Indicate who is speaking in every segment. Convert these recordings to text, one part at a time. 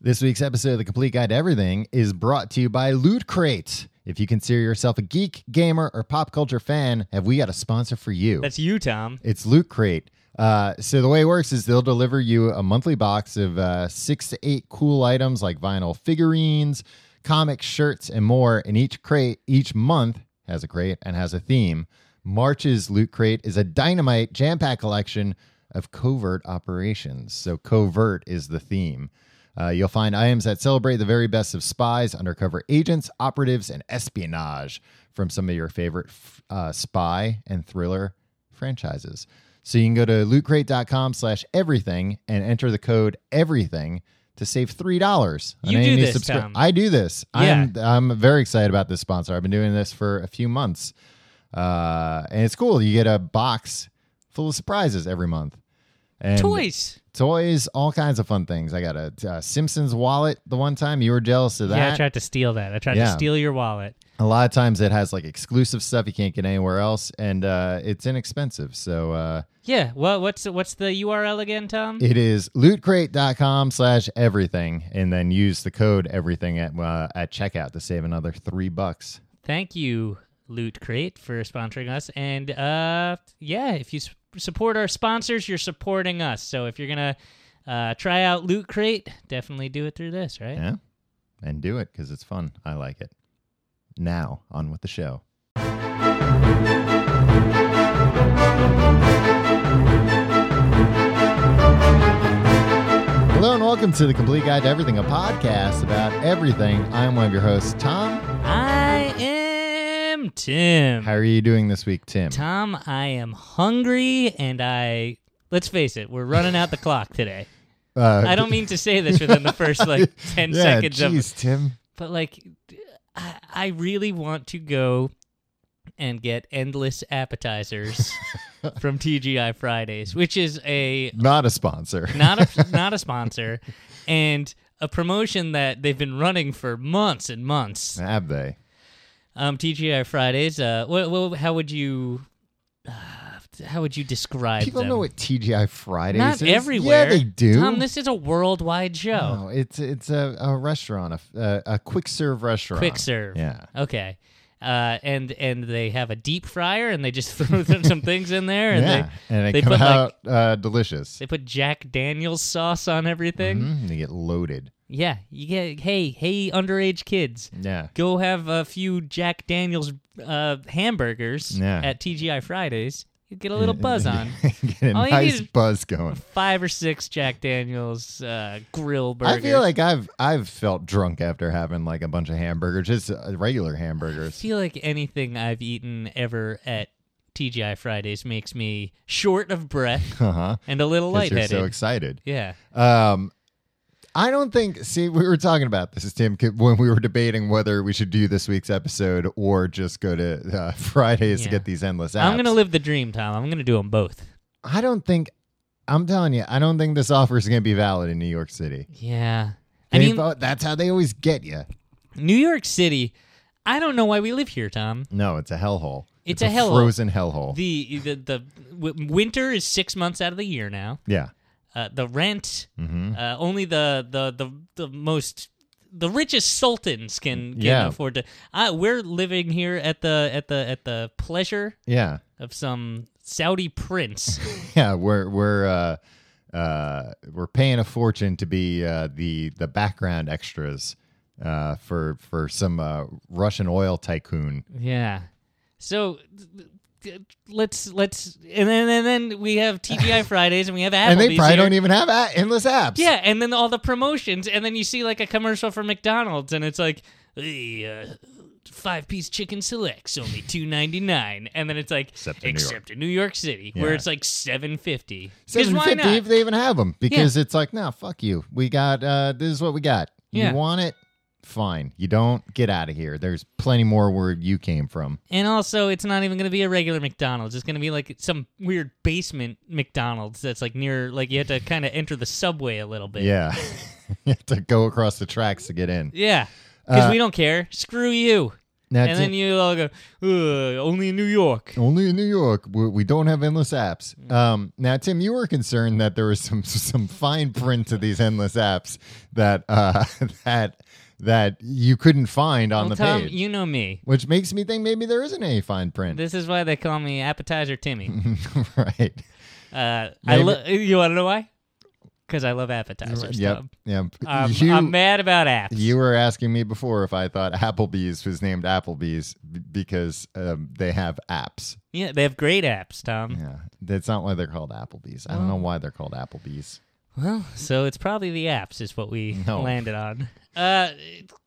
Speaker 1: This week's episode of The Complete Guide to Everything is brought to you by Loot Crate. If you consider yourself a geek, gamer, or pop culture fan, have we got a sponsor for you?
Speaker 2: That's you, Tom.
Speaker 1: It's Loot Crate. Uh, so the way it works is they'll deliver you a monthly box of uh, six to eight cool items like vinyl figurines, comic shirts, and more. And each crate each month has a crate and has a theme. March's Loot Crate is a dynamite jam pack collection of covert operations. So covert is the theme. Uh, you'll find items that celebrate the very best of spies, undercover agents, operatives, and espionage from some of your favorite f- uh, spy and thriller franchises. So you can go to lootcrate.com slash everything and enter the code everything to save three dollars.
Speaker 2: You do this, Tom.
Speaker 1: I do this. I'm I'm very excited about this sponsor. I've been doing this for a few months, uh, and it's cool. You get a box full of surprises every month. And
Speaker 2: Toys.
Speaker 1: toys, all kinds of fun things. I got a uh, Simpsons wallet. The one time you were jealous of that.
Speaker 2: Yeah, I tried to steal that. I tried
Speaker 1: Yeah.
Speaker 2: to steal your wallet.
Speaker 1: a lot of times it has like exclusive stuff you can't get anywhere else, and uh, it's inexpensive. So uh,
Speaker 2: Yeah. Well, what's what's the URL again, Tom?
Speaker 1: It is lootcrate.com slash everything, and then use the code everything at uh, at checkout to save another three bucks.
Speaker 2: Thank you, Loot Crate, for sponsoring us. And uh, yeah, if you s- support our sponsors, you're supporting us. So if you're gonna uh, try out Loot Crate, definitely do it through this, right?
Speaker 1: Yeah, and do it because it's fun. I like it. Now on with the show. Hello and welcome to the Complete Guide to Everything, a podcast about everything. I am one of your hosts, Tom.
Speaker 2: I am Tim.
Speaker 1: How are you doing this week, Tim?
Speaker 2: Tom, I am hungry, and I let's face it, we're running out the clock today.
Speaker 1: Uh,
Speaker 2: I don't mean to say this within the first like ten
Speaker 1: yeah,
Speaker 2: seconds of
Speaker 1: Jeez, Tim.
Speaker 2: but like I, I really want to go and get endless appetizers from TGI Fridays, which is a
Speaker 1: Not a sponsor.
Speaker 2: not a not a sponsor and a promotion that they've been running for months and months.
Speaker 1: Have they?
Speaker 2: Um, TGI Fridays. Uh, wha wha- how would you uh, how would you describe
Speaker 1: People
Speaker 2: them?
Speaker 1: know what TGI Fridays is.
Speaker 2: not everywhere.
Speaker 1: Yeah, they do.
Speaker 2: Tom, this is a worldwide show.
Speaker 1: no, it's it's a, a restaurant, a, f- a, a quick serve restaurant.
Speaker 2: Quick serve.
Speaker 1: Yeah.
Speaker 2: Okay. Uh, and and they have a deep fryer and they just throw them some things in there and
Speaker 1: yeah,
Speaker 2: they
Speaker 1: and
Speaker 2: they
Speaker 1: it comes
Speaker 2: put, like-
Speaker 1: out uh, delicious.
Speaker 2: they put Jack Daniels sauce on everything.
Speaker 1: Mm, they get loaded.
Speaker 2: Yeah, you get hey hey underage kids,
Speaker 1: Yeah.
Speaker 2: go have a few Jack Daniels uh, hamburgers
Speaker 1: Yeah.
Speaker 2: at TGI Fridays. You get a little buzz on.
Speaker 1: get a
Speaker 2: All you
Speaker 1: nice
Speaker 2: need is-
Speaker 1: buzz going.
Speaker 2: Five or six Jack Daniels uh, grill burgers.
Speaker 1: I feel like I've I've felt drunk after having like a bunch of hamburgers, just uh, regular
Speaker 2: I
Speaker 1: hamburgers.
Speaker 2: feel like anything I've eaten ever at TGI Fridays makes me short of breath
Speaker 1: Uh huh.
Speaker 2: and a little
Speaker 1: You're
Speaker 2: lightheaded.
Speaker 1: so excited.
Speaker 2: yeah.
Speaker 1: Um, I don't think. See, we were talking about this, Tim, c- when we were debating whether we should do this week's episode or just go to uh, Fridays to
Speaker 2: Yeah.
Speaker 1: get these endless apps.
Speaker 2: I'm gonna live the dream, Tom. I'm gonna do them both.
Speaker 1: I don't think. I'm telling you, I don't think this offer is going to be valid in New York City.
Speaker 2: Yeah. I
Speaker 1: They
Speaker 2: mean,
Speaker 1: vote- that's how they always get you.
Speaker 2: New York City. I don't know why we live here, Tom.
Speaker 1: No, it's a hellhole.
Speaker 2: It's a hellhole.
Speaker 1: Frozen hellhole.
Speaker 2: The the the w- winter is six months out of the year now.
Speaker 1: yeah.
Speaker 2: Uh, the rent
Speaker 1: Mm-hmm.
Speaker 2: uh, only the, the the the most the richest sultans can, can
Speaker 1: Yeah.
Speaker 2: afford to. I, we're living here at the at the at the pleasure
Speaker 1: Yeah.
Speaker 2: of some Saudi prince.
Speaker 1: Yeah. We're we're uh, uh, we're paying a fortune to be uh, the the background extras uh, for for some uh, Russian oil tycoon.
Speaker 2: yeah. So. th- th- Let's let's and then and then we have TGI Fridays and we have Applebee's
Speaker 1: and they probably
Speaker 2: here.
Speaker 1: don't even have a- endless apps.
Speaker 2: Yeah, and then all the promotions, and then you see like a commercial for McDonald's, and it's like the uh, five piece chicken selects only two ninety nine, and then it's like
Speaker 1: Except
Speaker 2: except
Speaker 1: in
Speaker 2: in
Speaker 1: New
Speaker 2: New York City,
Speaker 1: Yeah.
Speaker 2: where it's like seven fifty.
Speaker 1: seven fifty if they even have them, because it's like, no, fuck you. We got uh, this is what we got.
Speaker 2: Yeah.
Speaker 1: You want it? Fine. You don't get out of here. There's plenty more where you came from.
Speaker 2: And also, it's not even going to be a regular McDonald's. It's going to be like some weird basement McDonald's that's like near, like you have to kind of enter the subway a little bit.
Speaker 1: Yeah, you have to go across the tracks to get in.
Speaker 2: yeah, because
Speaker 1: Uh,
Speaker 2: we don't care. Screw you.
Speaker 1: Now,
Speaker 2: and
Speaker 1: Ti-
Speaker 2: then you all go, "Ugh, only in New York.
Speaker 1: Only in New York. We, we don't have endless apps.
Speaker 2: Mm.
Speaker 1: Um, now, Tim, you were concerned that there was some some fine print to these endless apps that uh, that that you couldn't find on
Speaker 2: Well,
Speaker 1: the
Speaker 2: Tom,
Speaker 1: page,
Speaker 2: you know me.
Speaker 1: which makes me think maybe there isn't any fine print.
Speaker 2: This is why they call me Appetizer Timmy.
Speaker 1: right.
Speaker 2: Uh, I
Speaker 1: Maybe-
Speaker 2: lo- you want to know why? Because I love appetizers.
Speaker 1: Yep.
Speaker 2: Tom.
Speaker 1: Yep.
Speaker 2: I'm,
Speaker 1: you,
Speaker 2: Um, I'm mad about apps.
Speaker 1: you were asking me before if I thought Applebee's was named Applebee's b- because um, they have apps.
Speaker 2: yeah, they have great apps, Tom.
Speaker 1: Yeah. That's not why they're called Applebee's. I don't
Speaker 2: Oh.
Speaker 1: know why they're called Applebee's.
Speaker 2: Well, so it's probably the apps is what we
Speaker 1: No.
Speaker 2: landed on. Uh,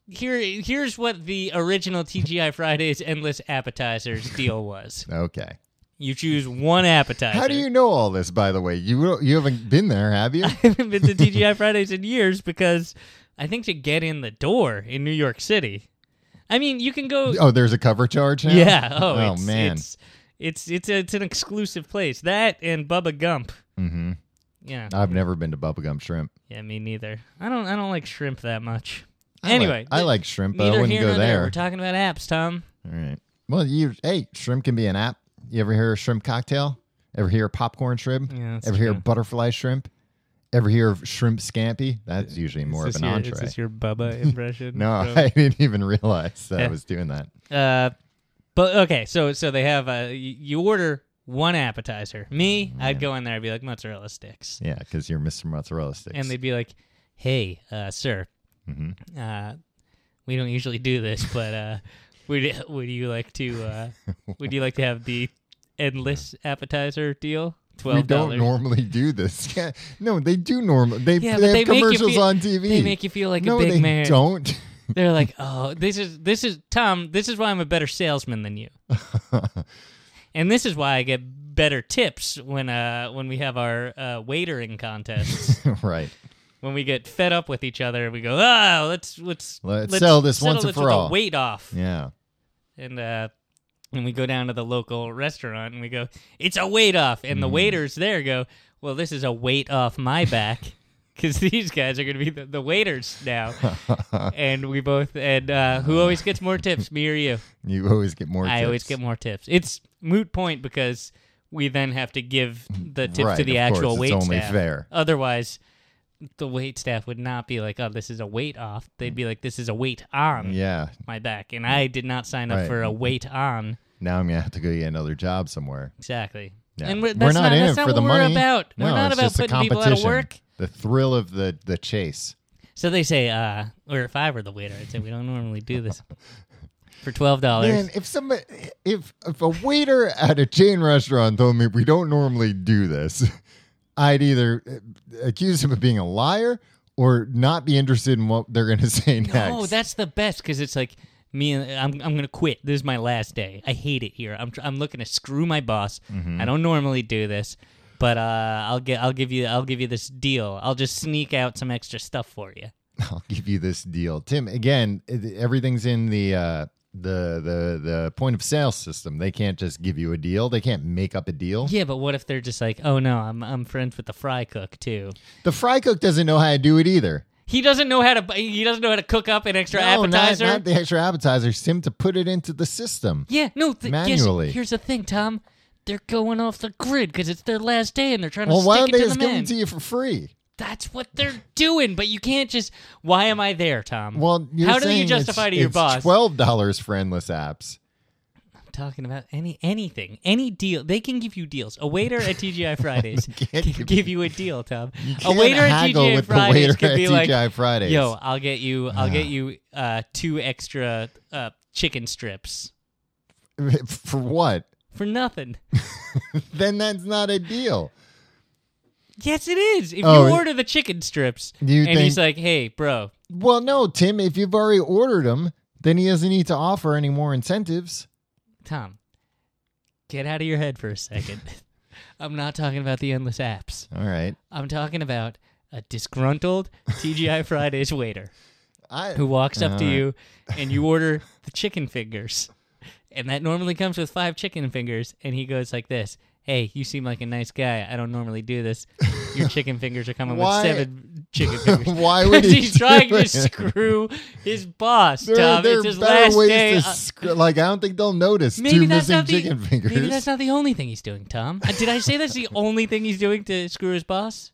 Speaker 2: here, here's what the original TGI Fridays endless appetizers deal was.
Speaker 1: Okay.
Speaker 2: You choose one appetizer.
Speaker 1: How do you know all this, by the way? You you haven't been there, have you?
Speaker 2: I haven't been to TGI Fridays in years because I think to get in the door in New York City, I mean, you can go.
Speaker 1: Oh, there's a cover charge now.
Speaker 2: Yeah. Oh, it's,
Speaker 1: man.
Speaker 2: It's, it's it's it's an exclusive place. That and Bubba Gump.
Speaker 1: hmm
Speaker 2: Yeah.
Speaker 1: I've never been to Bubblegum Shrimp.
Speaker 2: Yeah. Me neither. I don't. I don't like shrimp that much.
Speaker 1: I
Speaker 2: anyway,
Speaker 1: like, I
Speaker 2: th-
Speaker 1: like shrimp, but I
Speaker 2: neither
Speaker 1: wouldn't go
Speaker 2: here nor
Speaker 1: there.
Speaker 2: We're talking about apps, Tom.
Speaker 1: All right. Well, you hey, shrimp can be an app. You ever hear a shrimp cocktail? Ever hear popcorn shrimp?
Speaker 2: Yeah, Mm, that's
Speaker 1: ever hear
Speaker 2: true.
Speaker 1: butterfly shrimp? Ever hear of shrimp scampi? That's usually more of
Speaker 2: is
Speaker 1: an
Speaker 2: this your,
Speaker 1: entree.
Speaker 2: Is this your Bubba impression?
Speaker 1: no,
Speaker 2: from-
Speaker 1: I didn't even realize that
Speaker 2: Yeah.
Speaker 1: I was doing that.
Speaker 2: Uh, but okay, so so they have uh, y- you order one appetizer. Me,
Speaker 1: Oh,
Speaker 2: I'd go in there. I'd be like mozzarella sticks,
Speaker 1: Yeah, because you're Mr. Mozzarella Sticks.
Speaker 2: and they'd be like, "Hey, uh, sir,
Speaker 1: Mhm.
Speaker 2: uh, we don't usually do this, but uh, would would you like to uh, would you like to have the endless appetizer deal?
Speaker 1: we
Speaker 2: Twelve
Speaker 1: don't
Speaker 2: dollars.
Speaker 1: normally do this. Yeah, no, they do normally. They,
Speaker 2: Yeah,
Speaker 1: they have
Speaker 2: but they make you
Speaker 1: commercials
Speaker 2: feel-
Speaker 1: on TV.
Speaker 2: They make you feel like
Speaker 1: no,
Speaker 2: a big
Speaker 1: they
Speaker 2: man.
Speaker 1: don't.
Speaker 2: They're like, oh, this is this is Tom. This is why I'm a better salesman than you, and this is why I get better tips when uh when we have our uh, waitering contests.
Speaker 1: right.
Speaker 2: when we get fed up with each other, we go, ah, let's let's
Speaker 1: Let's settle this
Speaker 2: settle
Speaker 1: once and
Speaker 2: this
Speaker 1: for
Speaker 2: with a
Speaker 1: all."
Speaker 2: Weight off,
Speaker 1: Yeah.
Speaker 2: and uh, and we go down to the local restaurant and we go, it's a weight off, and the
Speaker 1: Mm.
Speaker 2: waiters there go, well, this is a weight off my back. Because these guys are going to be the, the waiters now, and we both and uh, who always gets more tips, me or you?
Speaker 1: You always get more.
Speaker 2: I
Speaker 1: tips.
Speaker 2: always get more tips. It's moot point because we then have to give the tips
Speaker 1: Right,
Speaker 2: to the
Speaker 1: of course,
Speaker 2: actual
Speaker 1: it's
Speaker 2: wait
Speaker 1: only
Speaker 2: staff.
Speaker 1: fair.
Speaker 2: Otherwise, the wait staff would not be like, "Oh, this is a weight off." They'd be like, "This is a weight on
Speaker 1: Yeah.
Speaker 2: my back," and I did not sign up
Speaker 1: Right.
Speaker 2: for a weight on.
Speaker 1: Now I'm gonna have to go get another job somewhere.
Speaker 2: Exactly.
Speaker 1: Yeah.
Speaker 2: And we're, that's not,
Speaker 1: in
Speaker 2: that's
Speaker 1: it
Speaker 2: not
Speaker 1: for
Speaker 2: what
Speaker 1: the
Speaker 2: we're
Speaker 1: money.
Speaker 2: about.
Speaker 1: No,
Speaker 2: we're not
Speaker 1: it's
Speaker 2: about
Speaker 1: just the
Speaker 2: putting people out of
Speaker 1: competition,
Speaker 2: work.
Speaker 1: The thrill of the the chase.
Speaker 2: So they say, uh, or if I were the waiter, I'd say we don't normally do this for twelve dollars.
Speaker 1: Man, if somebody, if if a waiter at a chain restaurant told me we don't normally do this, I'd either uh, accuse him of being a liar or not be interested in what they're gonna say next.
Speaker 2: Oh, that's the best because it's like me. and I'm I'm gonna quit. This is my last day. I hate it here. I'm tr- I'm looking to screw my boss.
Speaker 1: Mm-hmm.
Speaker 2: I don't normally do this, but uh, I'll get I'll give you I'll give you this deal. I'll just sneak out some extra stuff for you.
Speaker 1: I'll give you this deal, Tim. Again, it- everything's in the uh, the the the point of sale system. They can't just give you a deal. They can't make up a deal.
Speaker 2: Yeah, but what if they're just like, oh no, I'm I'm friends with the fry cook too.
Speaker 1: The fry cook doesn't know how to do it either.
Speaker 2: He doesn't know how to he doesn't know how to cook up an extra
Speaker 1: No, not-
Speaker 2: appetizer.
Speaker 1: Not, the extra appetizer. Sim to put it into the system.
Speaker 2: yeah, no. Th- guess-
Speaker 1: Manually.
Speaker 2: here's the thing, Tom. They're going off the grid because it's their last day and they're trying to
Speaker 1: Well,
Speaker 2: stick
Speaker 1: why don't
Speaker 2: it
Speaker 1: they
Speaker 2: to
Speaker 1: just
Speaker 2: the
Speaker 1: give
Speaker 2: man.
Speaker 1: them to you for free?
Speaker 2: That's what they're doing, but you can't just. Why am I there, Tom?
Speaker 1: Well, you're
Speaker 2: how do
Speaker 1: saying
Speaker 2: you justify
Speaker 1: it's,
Speaker 2: to your
Speaker 1: it's
Speaker 2: boss?
Speaker 1: Twelve dollars for endless apps.
Speaker 2: I'm talking about any anything, any deal. They can give you deals. A waiter at TGI Fridays
Speaker 1: can't
Speaker 2: can
Speaker 1: give
Speaker 2: give you a deal, Tom. a
Speaker 1: Can't
Speaker 2: waiter at
Speaker 1: haggle
Speaker 2: TGI
Speaker 1: with
Speaker 2: Fridays
Speaker 1: the waiter
Speaker 2: could be
Speaker 1: at
Speaker 2: like,
Speaker 1: TGI Fridays.
Speaker 2: "Yo, I'll get you, I'll get you uh, two extra uh, chicken strips
Speaker 1: for what?
Speaker 2: for nothing."
Speaker 1: Then that's not a deal.
Speaker 2: yes, it is. If
Speaker 1: Oh,
Speaker 2: you order the chicken strips,
Speaker 1: You
Speaker 2: and he's
Speaker 1: think-
Speaker 2: like, "Hey, bro,
Speaker 1: Well, no, Tim. If you've already ordered them, then he doesn't need to offer any more incentives.
Speaker 2: Tom, get out of your head for a second. I'm not talking about the endless apps."
Speaker 1: All right.
Speaker 2: I'm talking about a disgruntled TGI Fridays waiter
Speaker 1: I
Speaker 2: who walks up to
Speaker 1: Alright.
Speaker 2: you and you order the chicken fingers. And that normally comes with five chicken fingers. And he goes like this Hey, you seem like a nice guy. I don't normally do this. Your chicken fingers are coming
Speaker 1: Why-
Speaker 2: with seven chicken fingers.
Speaker 1: Why would he
Speaker 2: he's trying
Speaker 1: do
Speaker 2: to
Speaker 1: it?
Speaker 2: screw his boss,
Speaker 1: There,
Speaker 2: Tom.
Speaker 1: there
Speaker 2: it's his
Speaker 1: are better
Speaker 2: last
Speaker 1: ways
Speaker 2: day.
Speaker 1: to
Speaker 2: uh,
Speaker 1: sc- like I don't think they'll notice two
Speaker 2: maybe that's
Speaker 1: missing
Speaker 2: not the
Speaker 1: chicken fingers.
Speaker 2: maybe that's not the only thing he's doing, Tom. Uh, Did I say that's the only thing he's doing to screw his boss?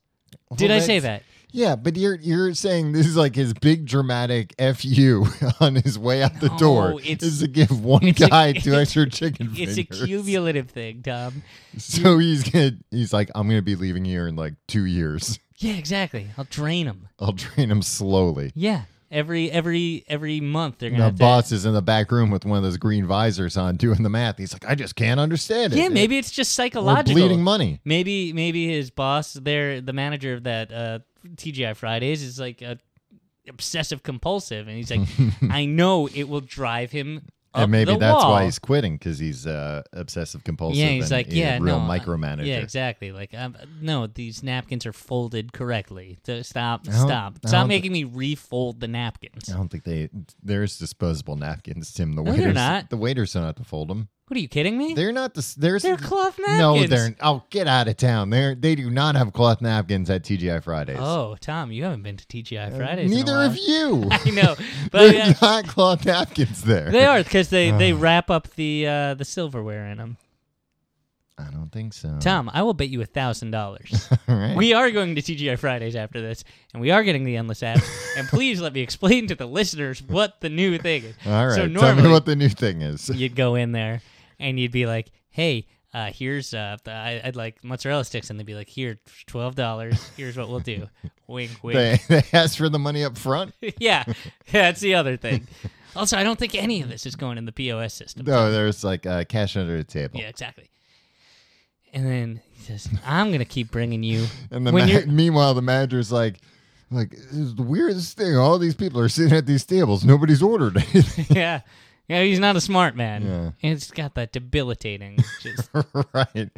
Speaker 1: Well,
Speaker 2: Did I say
Speaker 1: that's-
Speaker 2: that?
Speaker 1: Yeah, but you're you're saying this is like his big dramatic fu on his way out the door
Speaker 2: No, it's-
Speaker 1: is to give one
Speaker 2: it's a-
Speaker 1: guy two extra chicken
Speaker 2: It's
Speaker 1: fingers.
Speaker 2: a cumulative thing, Tom.
Speaker 1: So he's gonna he's like I'm gonna be leaving here in like two years.
Speaker 2: Yeah, exactly. I'll drain him.
Speaker 1: I'll train him slowly.
Speaker 2: Yeah, every every every month they're gonna
Speaker 1: The
Speaker 2: have to-
Speaker 1: boss is in the back room with one of those green visors on doing the math. He's like, I just can't understand it.
Speaker 2: Yeah,
Speaker 1: It-
Speaker 2: maybe it's just
Speaker 1: we're
Speaker 2: psychological.
Speaker 1: bleeding money.
Speaker 2: Maybe maybe his boss, there, the manager of that uh, TGI Fridays, is like a obsessive compulsive, and he's like, I know it will drive him. Up
Speaker 1: and maybe
Speaker 2: the
Speaker 1: that's
Speaker 2: wall.
Speaker 1: why he's quitting because he's uh, obsessive compulsive.
Speaker 2: yeah. He's
Speaker 1: and
Speaker 2: like,
Speaker 1: a
Speaker 2: yeah,
Speaker 1: real
Speaker 2: no, I-
Speaker 1: micromanager.
Speaker 2: Yeah, exactly. Like, um, no, these napkins are folded correctly. So Stop,
Speaker 1: I don't-
Speaker 2: stop,
Speaker 1: I
Speaker 2: stop
Speaker 1: don't-
Speaker 2: making me refold the napkins.
Speaker 1: I don't think they there's disposable napkins, Tim. The
Speaker 2: No,
Speaker 1: waiters,
Speaker 2: they're not.
Speaker 1: the waiters don't have to fold them.
Speaker 2: What are you kidding me?
Speaker 1: They're not the there's
Speaker 2: They're cloth napkins.
Speaker 1: no, they're oh get out of town. They're they do not have cloth napkins at TGI Fridays.
Speaker 2: Oh, Tom, you haven't been to TGI Fridays. in a
Speaker 1: Uh, neither
Speaker 2: while.
Speaker 1: of you.
Speaker 2: I know, but uh,
Speaker 1: They're
Speaker 2: yeah,
Speaker 1: not cloth napkins there.
Speaker 2: they are because they they wrap up the uh, the silverware in them.
Speaker 1: I don't think so.
Speaker 2: Tom, I will bet you a thousand dollars.
Speaker 1: All right.
Speaker 2: We are going to TGI Fridays after this, and we are getting the endless apps. and please let me explain to the listeners what the new thing is.
Speaker 1: All right.
Speaker 2: So
Speaker 1: Tell me
Speaker 2: normally
Speaker 1: what the new thing is.
Speaker 2: you'd go in there and you'd be like, "Hey, uh, here's uh, the, I, I'd like mozzarella sticks," and they'd be like, "Here, twelve dollars. Here's what we'll do." wink, wink.
Speaker 1: They, they ask for the money up front.
Speaker 2: yeah, that's the other thing. Also, I don't think any of this is going in the POS system.
Speaker 1: No, there's like uh, cash under the table.
Speaker 2: Yeah, exactly. And then he says, "I'm gonna keep bringing you."
Speaker 1: And the
Speaker 2: when
Speaker 1: ma-
Speaker 2: you're-
Speaker 1: meanwhile, the manager's like, like this is the weirdest thing. All these people are sitting at these tables. Nobody's ordered anything.
Speaker 2: yeah, yeah, he's not a smart man.
Speaker 1: Yeah.
Speaker 2: And it's got that debilitating. Just,
Speaker 1: right. He's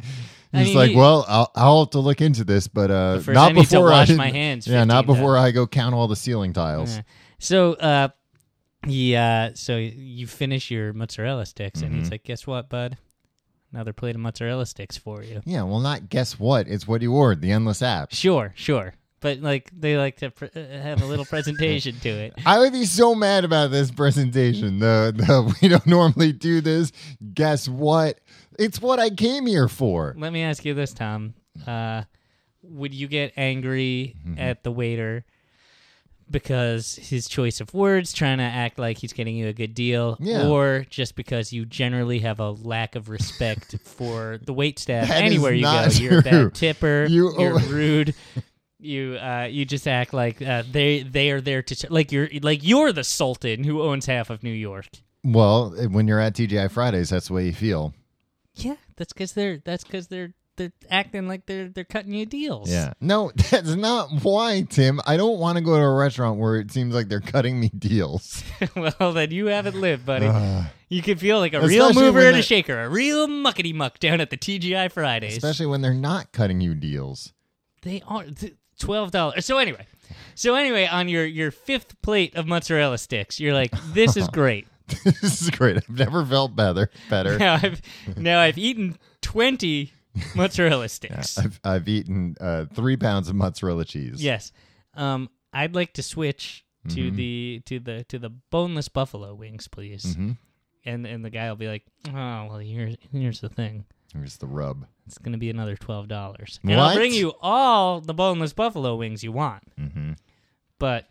Speaker 2: I mean,
Speaker 1: like,
Speaker 2: he-
Speaker 1: well, I'll, I'll have to look into this, but uh,
Speaker 2: first
Speaker 1: not
Speaker 2: I need to
Speaker 1: before
Speaker 2: wash
Speaker 1: I
Speaker 2: my hands
Speaker 1: Yeah, not
Speaker 2: 15
Speaker 1: before I go count all the ceiling tiles.
Speaker 2: Yeah. so, uh, yeah, so you finish your mozzarella sticks, and he's like, "Guess what, bud? Another plate of mozzarella sticks for you."
Speaker 1: Yeah, well, not guess what? It's what you ordered. The endless app.
Speaker 2: Sure, sure. But like they like to pr- uh, have a little presentation to it.
Speaker 1: I would be so mad about this presentation. The the we don't normally do this. Guess what? It's what I came here for.
Speaker 2: Let me ask you this, Tom. Uh, would you get angry
Speaker 1: Mm-hmm.
Speaker 2: at the waiter because his choice of words, trying to act like he's getting you a good deal,
Speaker 1: Yeah.
Speaker 2: or just because you generally have a lack of respect for the wait staff
Speaker 1: That is
Speaker 2: anywhere you go?
Speaker 1: not
Speaker 2: You're
Speaker 1: true.
Speaker 2: a bad tipper.
Speaker 1: You-
Speaker 2: You, are rude. You uh, you just act like uh, they they are there to like you're like you're the sultan who owns half of New York.
Speaker 1: Well, when you're at TGI Fridays, that's the way you feel.
Speaker 2: Yeah, that's because they're that's because they're they're acting like they're they're cutting you deals.
Speaker 1: Yeah. No, that's not why, Tim. I don't want to go to a restaurant where it seems like they're cutting me deals.
Speaker 2: well, then you haven't lived, buddy.
Speaker 1: Ugh.
Speaker 2: you can feel like a
Speaker 1: Uh, Especially
Speaker 2: real mover
Speaker 1: when
Speaker 2: and
Speaker 1: they're-
Speaker 2: a shaker, a real muckety muck down at the TGI Fridays.
Speaker 1: Especially when they're not cutting you deals.
Speaker 2: they are th- twelve dollars. So anyway, so anyway, on your your fifth plate of mozzarella sticks, you're like, this is great.
Speaker 1: this is great. I've never felt better. Better.
Speaker 2: now I've now I've eaten twenty mozzarella sticks.
Speaker 1: I've, I've eaten uh, three pounds of mozzarella cheese.
Speaker 2: Yes. Um, I'd like to switch to
Speaker 1: Mm-hmm.
Speaker 2: the to the to the boneless buffalo wings, please.
Speaker 1: Mhm.
Speaker 2: And and the guy will be like, oh well, here's here's the thing.
Speaker 1: Here's the rub.
Speaker 2: It's gonna be another twelve dollars, and I'll
Speaker 1: What?
Speaker 2: bring you all the boneless buffalo wings you want,
Speaker 1: hmm
Speaker 2: but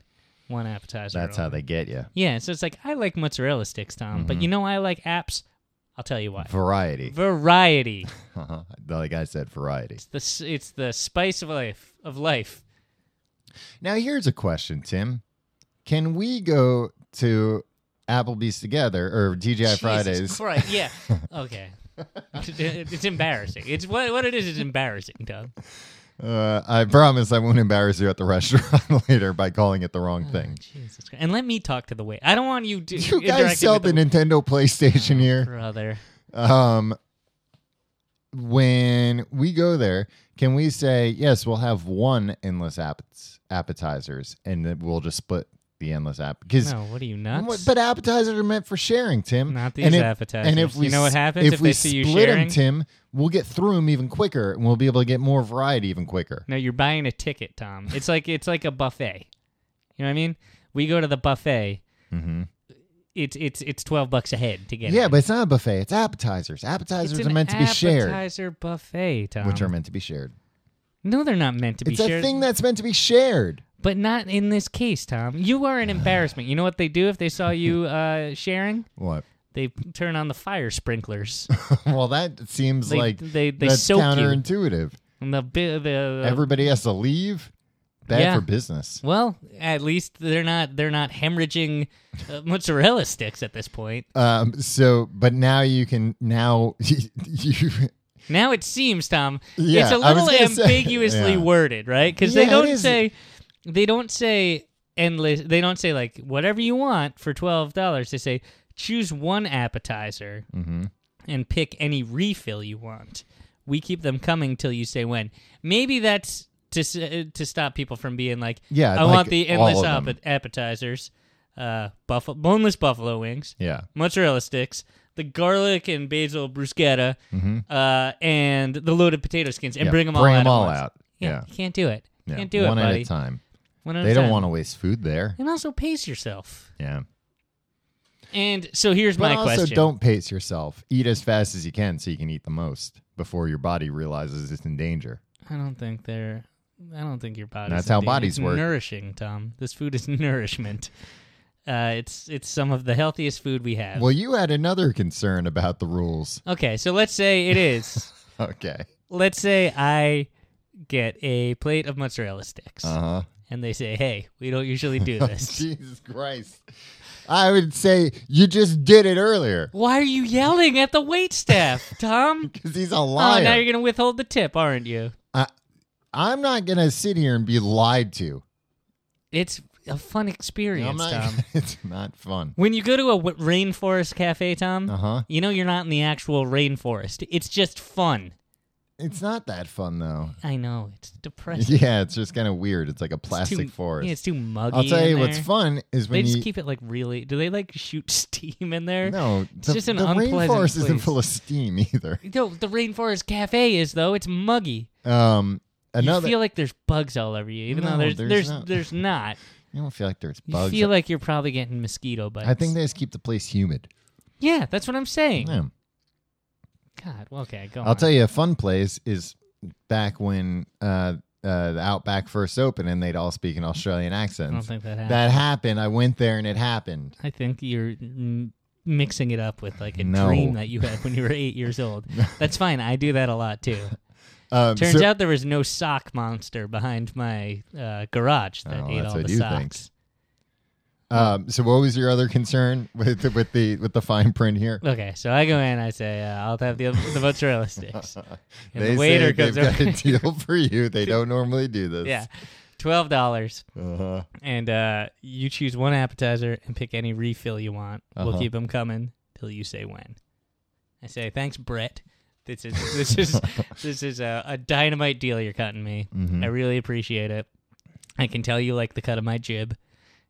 Speaker 2: one appetizer.
Speaker 1: That's how Mm-hmm.
Speaker 2: only."
Speaker 1: they get you.
Speaker 2: Yeah, so it's like I like mozzarella sticks, Tom, but you know I like apps. I'll tell you why.
Speaker 1: Variety.
Speaker 2: Variety.
Speaker 1: Uh-huh. Like I said, variety.
Speaker 2: It's the s- it's the spice of life of life.
Speaker 1: Now, here's a question, Tim. Can we go to Applebee's together or TGI Fridays?
Speaker 2: Right? Yeah. Okay. it's embarrassing. It's what what it is. is embarrassing, Tom.
Speaker 1: Uh, I promise I won't embarrass you at the restaurant later by calling it the wrong thing.
Speaker 2: Jesus Christ. And let me talk to the waiter. I don't want you. To,
Speaker 1: You
Speaker 2: interacting
Speaker 1: guys sell
Speaker 2: with Oh,
Speaker 1: the Nintendo PlayStation here.
Speaker 2: brother.
Speaker 1: Um, when we go there, can we say yes? We'll have one endless appet- appetizers, and then we'll just split the endless app because.
Speaker 2: No, what are you nuts?
Speaker 1: What- But appetizers are meant for sharing, Tim.
Speaker 2: Not
Speaker 1: and
Speaker 2: these
Speaker 1: if,
Speaker 2: appetizers.
Speaker 1: And if
Speaker 2: You
Speaker 1: we,
Speaker 2: know what
Speaker 1: s-
Speaker 2: happens
Speaker 1: if,
Speaker 2: if
Speaker 1: we
Speaker 2: they see you
Speaker 1: split 'em,
Speaker 2: sharing?
Speaker 1: Tim, we'll get through them even quicker, and we'll be able to get more variety even quicker.
Speaker 2: no, you're buying a ticket, Tom. It's like it's like a buffet. You know what I mean? We go to the buffet.
Speaker 1: Mm-hmm.
Speaker 2: It's it's it's twelve bucks a head to get.
Speaker 1: Yeah,
Speaker 2: in.
Speaker 1: but it's not a buffet; it's appetizers. Appetizers are
Speaker 2: it's an
Speaker 1: meant to be shared,
Speaker 2: appetizer buffet, Tom.
Speaker 1: which are meant to be shared.
Speaker 2: no, they're not meant to be
Speaker 1: It's a
Speaker 2: shared.
Speaker 1: thing that's meant to be shared.
Speaker 2: But not in this case, Tom. You are an embarrassment. You know what they do if they saw you uh, sharing?
Speaker 1: What?
Speaker 2: They turn on the fire sprinklers.
Speaker 1: well, that seems
Speaker 2: They
Speaker 1: like
Speaker 2: they, they
Speaker 1: that's
Speaker 2: soak you.
Speaker 1: counterintuitive.
Speaker 2: And the, bi- the
Speaker 1: Everybody has to leave. Bad
Speaker 2: Yeah.
Speaker 1: for business.
Speaker 2: well, at least they're not they're not hemorrhaging uh, mozzarella sticks at this point.
Speaker 1: Um, so, but now you can now you
Speaker 2: Now it seems, Tom,
Speaker 1: Yeah,
Speaker 2: it's a
Speaker 1: I was
Speaker 2: little
Speaker 1: gonna say-
Speaker 2: ambiguously
Speaker 1: yeah.
Speaker 2: worded, right? Because
Speaker 1: Yeah,
Speaker 2: they
Speaker 1: it
Speaker 2: don't
Speaker 1: is.
Speaker 2: say they don't say endless. They don't say like whatever you want for twelve dollars. They say choose one appetizer
Speaker 1: Mm-hmm.
Speaker 2: and pick any refill you want. We keep them coming till you say when. Maybe that's to s- uh, to stop people from being like,
Speaker 1: Yeah,
Speaker 2: I
Speaker 1: like
Speaker 2: want the
Speaker 1: all
Speaker 2: endless
Speaker 1: of them.
Speaker 2: appe- appetizers, uh, buffalo boneless buffalo wings,
Speaker 1: yeah.
Speaker 2: mozzarella sticks, the garlic and basil bruschetta, uh, and the loaded potato skins, and
Speaker 1: Mm-hmm. Yeah,
Speaker 2: bring them all out. at once.
Speaker 1: out.
Speaker 2: Yeah,
Speaker 1: Yeah.
Speaker 2: you can't do it.
Speaker 1: yeah.
Speaker 2: Can't do
Speaker 1: One
Speaker 2: it,
Speaker 1: at
Speaker 2: buddy.
Speaker 1: a time.
Speaker 2: One at
Speaker 1: They
Speaker 2: a
Speaker 1: don't
Speaker 2: time.
Speaker 1: want to waste food there.
Speaker 2: And also pace yourself.
Speaker 1: Yeah.
Speaker 2: And so here's
Speaker 1: But
Speaker 2: my
Speaker 1: also
Speaker 2: question.
Speaker 1: don't pace yourself. Eat as fast as you can so you can eat the most before your body realizes it's in danger.
Speaker 2: I don't think they're. I don't think your body's.
Speaker 1: That's
Speaker 2: in
Speaker 1: how
Speaker 2: danger.
Speaker 1: bodies
Speaker 2: It's
Speaker 1: work.
Speaker 2: Nourishing, Tom. This food is nourishment. Uh, it's it's some of the healthiest food we have.
Speaker 1: Well, you had another concern about the rules.
Speaker 2: okay, so let's say it is.
Speaker 1: Okay.
Speaker 2: let's say I get a plate of mozzarella sticks,
Speaker 1: Uh-huh.
Speaker 2: and they say, "Hey, we don't usually do this."
Speaker 1: Jesus Christ. I would say you just did it earlier
Speaker 2: Why are you yelling at the wait staff, Tom?
Speaker 1: because he's a
Speaker 2: Oh,
Speaker 1: liar.
Speaker 2: now you're gonna withhold the tip, aren't you?
Speaker 1: I'm not going to sit here and be lied to.
Speaker 2: It's a fun experience,
Speaker 1: I'm not,
Speaker 2: Tom.
Speaker 1: it's not fun.
Speaker 2: When you go to a w- rainforest cafe, Tom,
Speaker 1: Uh-huh.
Speaker 2: you know you're not in the actual rainforest. It's just fun.
Speaker 1: It's not that fun, though.
Speaker 2: I know it's depressing.
Speaker 1: Yeah, it's just kind of weird. It's like a
Speaker 2: It's too-
Speaker 1: plastic forest.
Speaker 2: Yeah, it's too muggy.
Speaker 1: I'll tell
Speaker 2: in
Speaker 1: you what's
Speaker 2: there.
Speaker 1: fun is
Speaker 2: They
Speaker 1: when
Speaker 2: just
Speaker 1: you
Speaker 2: keep it like really. Do they like shoot steam in there?
Speaker 1: no,
Speaker 2: It's
Speaker 1: the,
Speaker 2: just an
Speaker 1: the
Speaker 2: unpleasant
Speaker 1: rainforest isn't
Speaker 2: place.
Speaker 1: full of steam either.
Speaker 2: No, the rainforest cafe is though. It's muggy.
Speaker 1: Um,
Speaker 2: you
Speaker 1: another you,
Speaker 2: feel like there's bugs all over you, even
Speaker 1: No,
Speaker 2: though there's
Speaker 1: there's
Speaker 2: there's
Speaker 1: not.
Speaker 2: there's not.
Speaker 1: don't feel like there's
Speaker 2: You
Speaker 1: bugs.
Speaker 2: feel like you're probably getting mosquito bites.
Speaker 1: I think they just keep the place humid.
Speaker 2: yeah, that's what I'm saying.
Speaker 1: Yeah.
Speaker 2: God, well, okay, go.
Speaker 1: I'll tell you a fun place is back when uh, uh, the Outback first opened and they'd all speak in Australian
Speaker 2: I don't
Speaker 1: accents.
Speaker 2: think that happened.
Speaker 1: That happened. I went there and it happened.
Speaker 2: I think you're mm, mixing it up with like a
Speaker 1: No.
Speaker 2: dream that you had when you were eight years old. That's fine. I do that a lot too.
Speaker 1: Um,
Speaker 2: Turns
Speaker 1: so-
Speaker 2: out there was no sock monster behind my uh, garage that
Speaker 1: Oh,
Speaker 2: ate
Speaker 1: that's
Speaker 2: all
Speaker 1: what
Speaker 2: the
Speaker 1: you
Speaker 2: socks.
Speaker 1: think. Um, so what was your other concern with the, with the with the fine print here?
Speaker 2: Okay, so I go in. I say, uh, "I'll have the the mozzarella sticks." And
Speaker 1: they
Speaker 2: the waiter
Speaker 1: say
Speaker 2: comes
Speaker 1: they've got
Speaker 2: over.
Speaker 1: a deal for you. They don't normally do this.
Speaker 2: yeah, twelve dollars,
Speaker 1: Uh-huh.
Speaker 2: and uh, you choose one appetizer and pick any refill you want. We'll
Speaker 1: Uh-huh.
Speaker 2: keep them coming till you say when. I say, "Thanks, Brett. This is this is this is a, a dynamite deal you're cutting me.
Speaker 1: Mhm.
Speaker 2: I really appreciate it. I can tell you like the cut of my jib,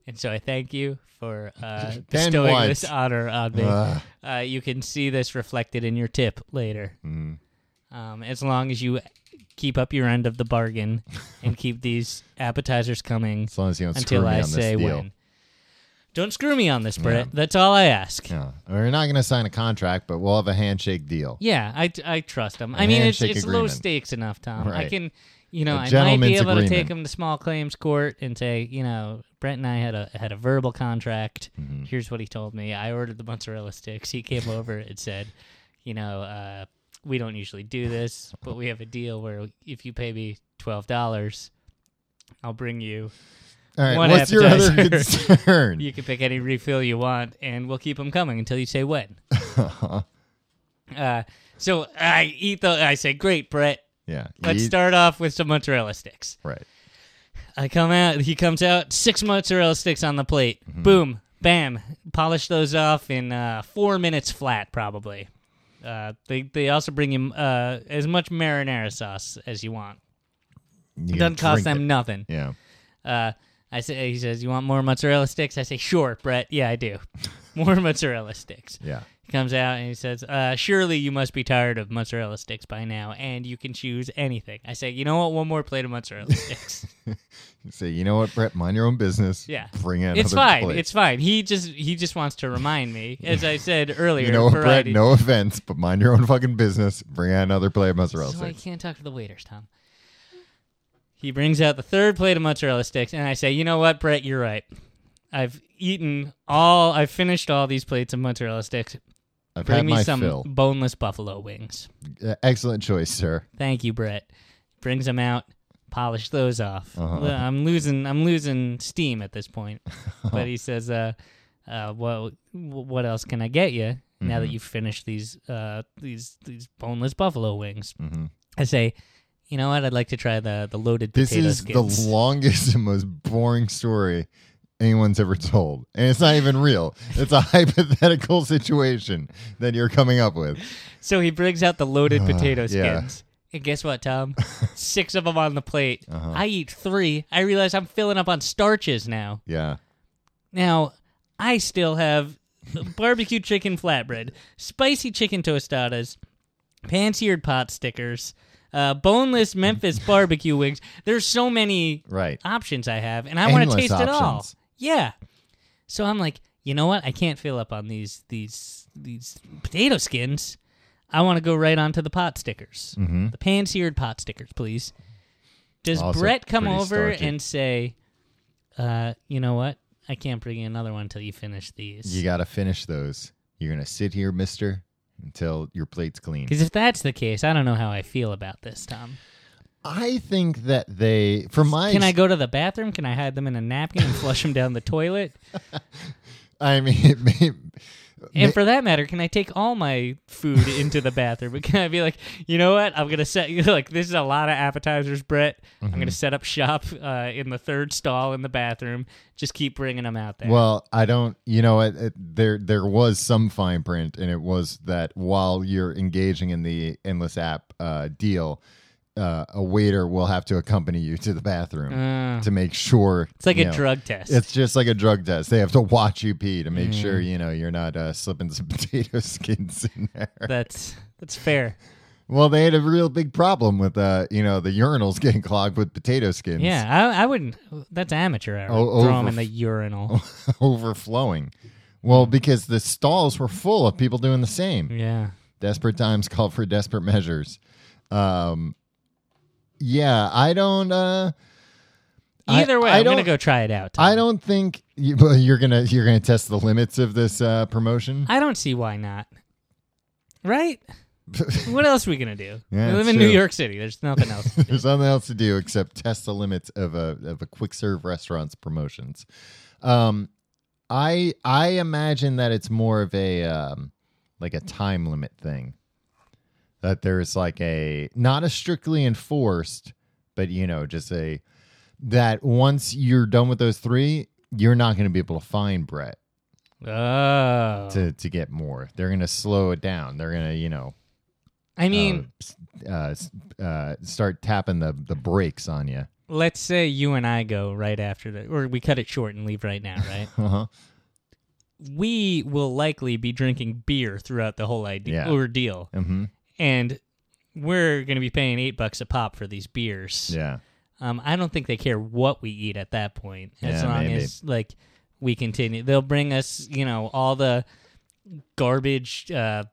Speaker 2: and so I thank you for uh, bestowing
Speaker 1: once. Uh-huh.
Speaker 2: this honor on me.
Speaker 1: Ugh.
Speaker 2: Uh, you can see this reflected in your tip later.
Speaker 1: Mm.
Speaker 2: Um, as long as you keep up your end of the bargain and keep these appetizers coming
Speaker 1: As long as you don't
Speaker 2: until
Speaker 1: screw me
Speaker 2: I
Speaker 1: on
Speaker 2: say
Speaker 1: this deal.
Speaker 2: when. Don't screw me on this, Brett. That's all I ask. Yeah,
Speaker 1: Yeah. We're not going to sign a contract, but we'll have a handshake deal.
Speaker 2: I, I trust him.
Speaker 1: A
Speaker 2: I mean, it's,
Speaker 1: handshake
Speaker 2: it's low
Speaker 1: agreement.
Speaker 2: stakes enough, Tom. I
Speaker 1: Right.
Speaker 2: can, you know,
Speaker 1: A
Speaker 2: I might be
Speaker 1: gentleman's
Speaker 2: able to take
Speaker 1: agreement.
Speaker 2: him to small claims court and say, you know, Brett and I had a had a verbal contract.
Speaker 1: Mm-hmm.
Speaker 2: Here's what he told me. I ordered the mozzarella sticks. He came over and said, you know, uh, we don't usually do this, but we have a deal where if you pay me twelve dollars, I'll bring you
Speaker 1: All right.
Speaker 2: One
Speaker 1: what's your other
Speaker 2: appetizer.
Speaker 1: concern?
Speaker 2: You can pick any refill you want, and we'll keep them coming until you say when. uh, so I eat the. I say, "Great, Brett.
Speaker 1: yeah.
Speaker 2: Let's
Speaker 1: Ye-
Speaker 2: start off with some mozzarella sticks."
Speaker 1: Right.
Speaker 2: I come out. He comes out. Six mozzarella sticks on the plate.
Speaker 1: Mm-hmm.
Speaker 2: Boom, bam. Polish those off in uh, four minutes flat, probably. Uh, they they also bring you uh, as much marinara sauce as you want.
Speaker 1: You
Speaker 2: Doesn't cost
Speaker 1: drink
Speaker 2: them nothing.
Speaker 1: it. Yeah.
Speaker 2: Uh, I say, he says, "You want more mozzarella sticks?" I say, "Sure, Brett. Yeah, I do. More mozzarella sticks."
Speaker 1: Yeah.
Speaker 2: He comes out and he says, uh, "Surely you must be tired of mozzarella sticks by now, and you can choose anything." I say, "You know what? One more plate of mozzarella sticks.
Speaker 1: You say, you know what, Brett, mind your own business.
Speaker 2: Yeah.
Speaker 1: Bring in
Speaker 2: it's
Speaker 1: another
Speaker 2: fine.
Speaker 1: plate."
Speaker 2: It's fine." He just he just wants to remind me, as I said earlier.
Speaker 1: you know what, Brett,
Speaker 2: variety-
Speaker 1: no offense, but mind your own fucking business. Bring out another plate of
Speaker 2: This
Speaker 1: mozzarella
Speaker 2: is why you
Speaker 1: sticks.
Speaker 2: can't talk to the waiters, Tom. He brings out the third plate of mozzarella sticks, and I say, "You know what, Brett? You're right. I've eaten all. I've finished all these plates of mozzarella sticks.
Speaker 1: I've
Speaker 2: Bring
Speaker 1: had
Speaker 2: me
Speaker 1: my
Speaker 2: some
Speaker 1: fill.
Speaker 2: boneless buffalo wings.
Speaker 1: Uh, Excellent choice, sir.
Speaker 2: Thank you, Brett. Brings them out. Polish those off.
Speaker 1: Uh-huh.
Speaker 2: Well, I'm losing. I'm losing steam at this point. But he says, "Uh, uh, well, what else can I get you now
Speaker 1: Mm-hmm.
Speaker 2: that you've finished these uh these these boneless buffalo wings?"
Speaker 1: Mhm.
Speaker 2: I say, "You know what? I'd like to try the the loaded
Speaker 1: This
Speaker 2: potato
Speaker 1: is
Speaker 2: skins."
Speaker 1: the longest and most boring story anyone's ever told. And it's not even real. It's a hypothetical situation that you're coming up with.
Speaker 2: so he brings out the loaded potato
Speaker 1: Uh, yeah.
Speaker 2: skins. And guess what, Tom? Six of them on the plate.
Speaker 1: Uh-huh.
Speaker 2: I eat three. I realize I'm filling up on starches now.
Speaker 1: Yeah.
Speaker 2: Now, I still have barbecue chicken flatbread, spicy chicken tostadas, pan-seared pot stickers, uh, boneless Memphis barbecue wings. There's so many
Speaker 1: Right.
Speaker 2: options I have, and I want to
Speaker 1: Endless
Speaker 2: taste it all.
Speaker 1: options.
Speaker 2: Yeah. So I'm like, you know what? I can't fill up on these these these potato skins. I want to go right on to the pot stickers,
Speaker 1: Mm-hmm.
Speaker 2: the pan-seared pot stickers, please. Does
Speaker 1: Also
Speaker 2: Brett come
Speaker 1: pretty
Speaker 2: over
Speaker 1: starchy.
Speaker 2: and say, uh, "You know what? I can't bring you another one until you finish
Speaker 1: You
Speaker 2: these."
Speaker 1: got to finish those. You're going to sit here, mister, until your plate's clean.
Speaker 2: Because if that's the case, I don't know how I feel about this, Tom.
Speaker 1: I think that they, for my,
Speaker 2: Can I go to the bathroom? Can I hide them in a napkin and flush them down the toilet?
Speaker 1: I mean, it may,
Speaker 2: And for that matter, can I take all my food into the bathroom? But can I be like, you know what? I'm gonna set you like this is a lot of appetizers, Brett. I'm
Speaker 1: Mm-hmm.
Speaker 2: gonna set up shop uh, in the third stall in the bathroom. Just keep bringing them out there.
Speaker 1: Well, I don't. You know, it, it, there there was some fine print, and it was that while you're engaging in the endless app uh, deal, uh, a waiter will have to accompany you to the bathroom
Speaker 2: Uh,
Speaker 1: to make sure
Speaker 2: it's like a
Speaker 1: you know,
Speaker 2: drug test. Mm.
Speaker 1: It's just like a drug test. They have to watch you pee to make sure you know you're not uh, slipping some potato skins in there.
Speaker 2: that's that's fair.
Speaker 1: Well, they had a real big problem with uh, you know the urinals getting clogged with potato skins.
Speaker 2: Yeah, I, I wouldn't. That's amateur hour.
Speaker 1: Oh,
Speaker 2: Throw them
Speaker 1: over-
Speaker 2: in the urinal.
Speaker 1: overflowing. Well,
Speaker 2: Mm.
Speaker 1: because the stalls were full of people doing the same.
Speaker 2: Yeah.
Speaker 1: desperate times call for desperate measures um yeah i don't uh I-
Speaker 2: Either way,
Speaker 1: I
Speaker 2: I am gonna
Speaker 1: don't-
Speaker 2: go try it out. Tom.
Speaker 1: i don't think you, well, you're gonna you're gonna test the limits of this uh promotion
Speaker 2: I don't see why not. Right? what else are we gonna do?
Speaker 1: Yeah,
Speaker 2: we live
Speaker 1: it's
Speaker 2: in New
Speaker 1: true.
Speaker 2: York City. There's nothing else. to do.
Speaker 1: there's nothing else to do except test the limits of a of a quick serve restaurant's promotions um i i imagine that it's more of a um like a time limit thing that there is like a not a strictly enforced but you know just a that once you're done with those three you're not going to be able to find brett
Speaker 2: Oh.
Speaker 1: to to get more they're going to slow it down they're going to you know
Speaker 2: I mean,
Speaker 1: uh, s- uh, s- uh, start tapping the the brakes on you
Speaker 2: let's say you and I go right after the, or we cut it short and leave right now, right?
Speaker 1: uh-huh
Speaker 2: we will likely be drinking beer throughout the whole idea
Speaker 1: Yeah.
Speaker 2: ordeal,
Speaker 1: mm-hmm
Speaker 2: and we're going to be paying eight bucks a pop for these beers.
Speaker 1: yeah
Speaker 2: Um, I don't think they care what we eat at that point, as
Speaker 1: Yeah,
Speaker 2: long
Speaker 1: maybe.
Speaker 2: as like we continue. They'll bring us, you know, all the garbage, uh,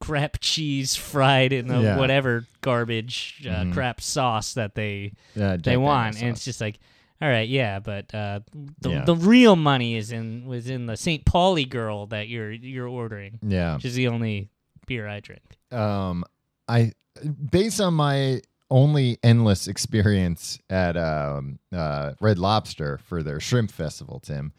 Speaker 2: crap cheese fried in the
Speaker 1: Yeah. Mm-hmm.
Speaker 2: whatever garbage uh, crap sauce that they
Speaker 1: Yeah,
Speaker 2: they
Speaker 1: Jack
Speaker 2: want,
Speaker 1: Daniel's
Speaker 2: and it's
Speaker 1: sauce.
Speaker 2: just like, all right, yeah, but uh, the
Speaker 1: Yeah.
Speaker 2: the real money is in was in the St. Pauli girl that you're you're ordering,
Speaker 1: yeah.
Speaker 2: which is the only beer I drink.
Speaker 1: Um, I based on my only endless experience at um, uh, Red Lobster for their shrimp festival, Tim.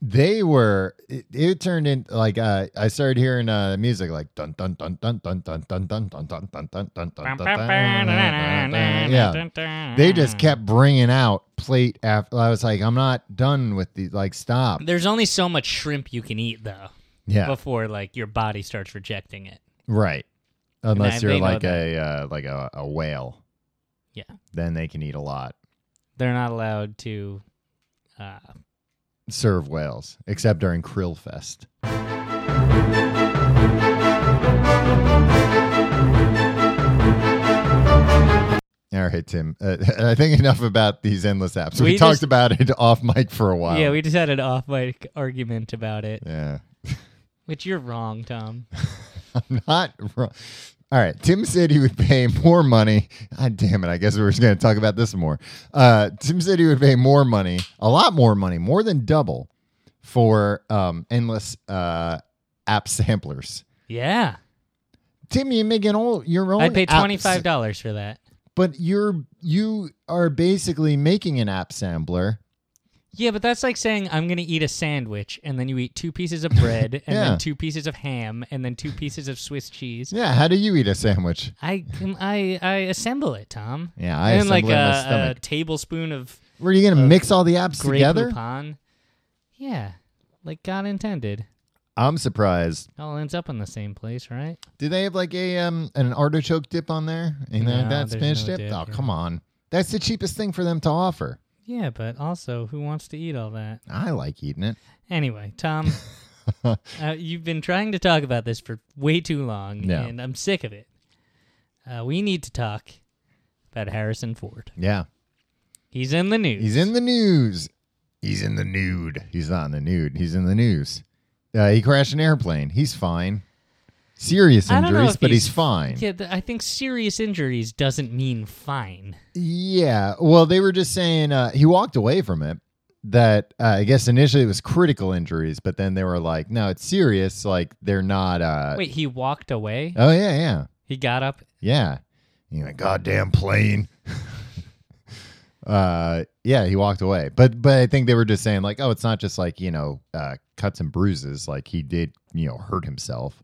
Speaker 1: They were it, it turned in like uh, I started hearing uh, music like dun dun dun dun dun dun dun dun dun dun dun dun dun dun dun yeah they just kept bringing out plate after I was like I'm not done with these like stop
Speaker 2: There's only so much shrimp you can eat though
Speaker 1: yeah
Speaker 2: before like your body starts rejecting it.
Speaker 1: Right. Unless
Speaker 2: they
Speaker 1: you're
Speaker 2: know
Speaker 1: like a uh, like a, a whale.
Speaker 2: Yeah.
Speaker 1: Then they can eat a lot.
Speaker 2: They're not allowed to Uh,
Speaker 1: serve whales, except during Krill Fest. All right, Tim. Uh, I think enough about these endless apps. We,
Speaker 2: We
Speaker 1: talked
Speaker 2: just-
Speaker 1: about it off mic for a while.
Speaker 2: Yeah, we just had an off mic argument about it,
Speaker 1: yeah.
Speaker 2: which you're wrong, Tom.
Speaker 1: I'm not wrong. All right. Tim said he would pay more money. God damn it. I guess we were just going to talk about this more. Uh, Tim said he would pay more money, a lot more money, more than double for um, endless uh, app samplers.
Speaker 2: Yeah,
Speaker 1: Tim, you're making all your own.
Speaker 2: I paid
Speaker 1: app-
Speaker 2: twenty five dollars for that.
Speaker 1: But you're you are basically making an app sampler.
Speaker 2: Yeah, but that's like saying I'm gonna eat a sandwich, and then you eat two pieces of bread, and
Speaker 1: Yeah.
Speaker 2: then two pieces of ham, and then two pieces of Swiss cheese.
Speaker 1: Yeah. How do you eat a sandwich?
Speaker 2: I um, I I assemble it, Tom.
Speaker 1: Yeah, I
Speaker 2: and then,
Speaker 1: assemble
Speaker 2: like
Speaker 1: it in my
Speaker 2: a, a
Speaker 1: stomach.
Speaker 2: tablespoon of
Speaker 1: Were you going to mix all the apps
Speaker 2: grape
Speaker 1: together?
Speaker 2: Lupin. Yeah, like God intended.
Speaker 1: I'm surprised.
Speaker 2: It all ends up in the same place, right?
Speaker 1: Do they have like a um an artichoke dip on there? Anything like that?
Speaker 2: No, there's
Speaker 1: Spinach
Speaker 2: no
Speaker 1: dip?
Speaker 2: dip,
Speaker 1: Oh,
Speaker 2: yeah.
Speaker 1: come on. That's the cheapest thing for them to offer.
Speaker 2: Yeah, but also, who wants to eat all that?
Speaker 1: I like eating it.
Speaker 2: Anyway, Tom, uh, you've been trying to talk about this for way too long,
Speaker 1: Yeah.
Speaker 2: and I'm sick of it. Uh, we need to talk about Harrison Ford.
Speaker 1: Yeah.
Speaker 2: He's in the news.
Speaker 1: He's in the news. He's in the nude. He's not in the nude. He's in the news. Uh, he crashed an airplane. He's fine. Serious
Speaker 2: I don't know
Speaker 1: injuries,
Speaker 2: if
Speaker 1: but he's,
Speaker 2: he's-
Speaker 1: fine. Yeah.
Speaker 2: Yeah, th- I think serious injuries doesn't mean fine.
Speaker 1: Well, they were just saying uh, he walked away from it. That uh, I guess initially it was critical injuries, but then they were like, no, it's serious. Like they're not. Uh,
Speaker 2: Wait, he walked away?
Speaker 1: Oh yeah, yeah.
Speaker 2: He got up.
Speaker 1: Yeah. You know, goddamn plane. uh yeah, he walked away. But but I think they were just saying like, oh, it's not just like, you know, uh cuts and bruises, like he did, you know, hurt himself.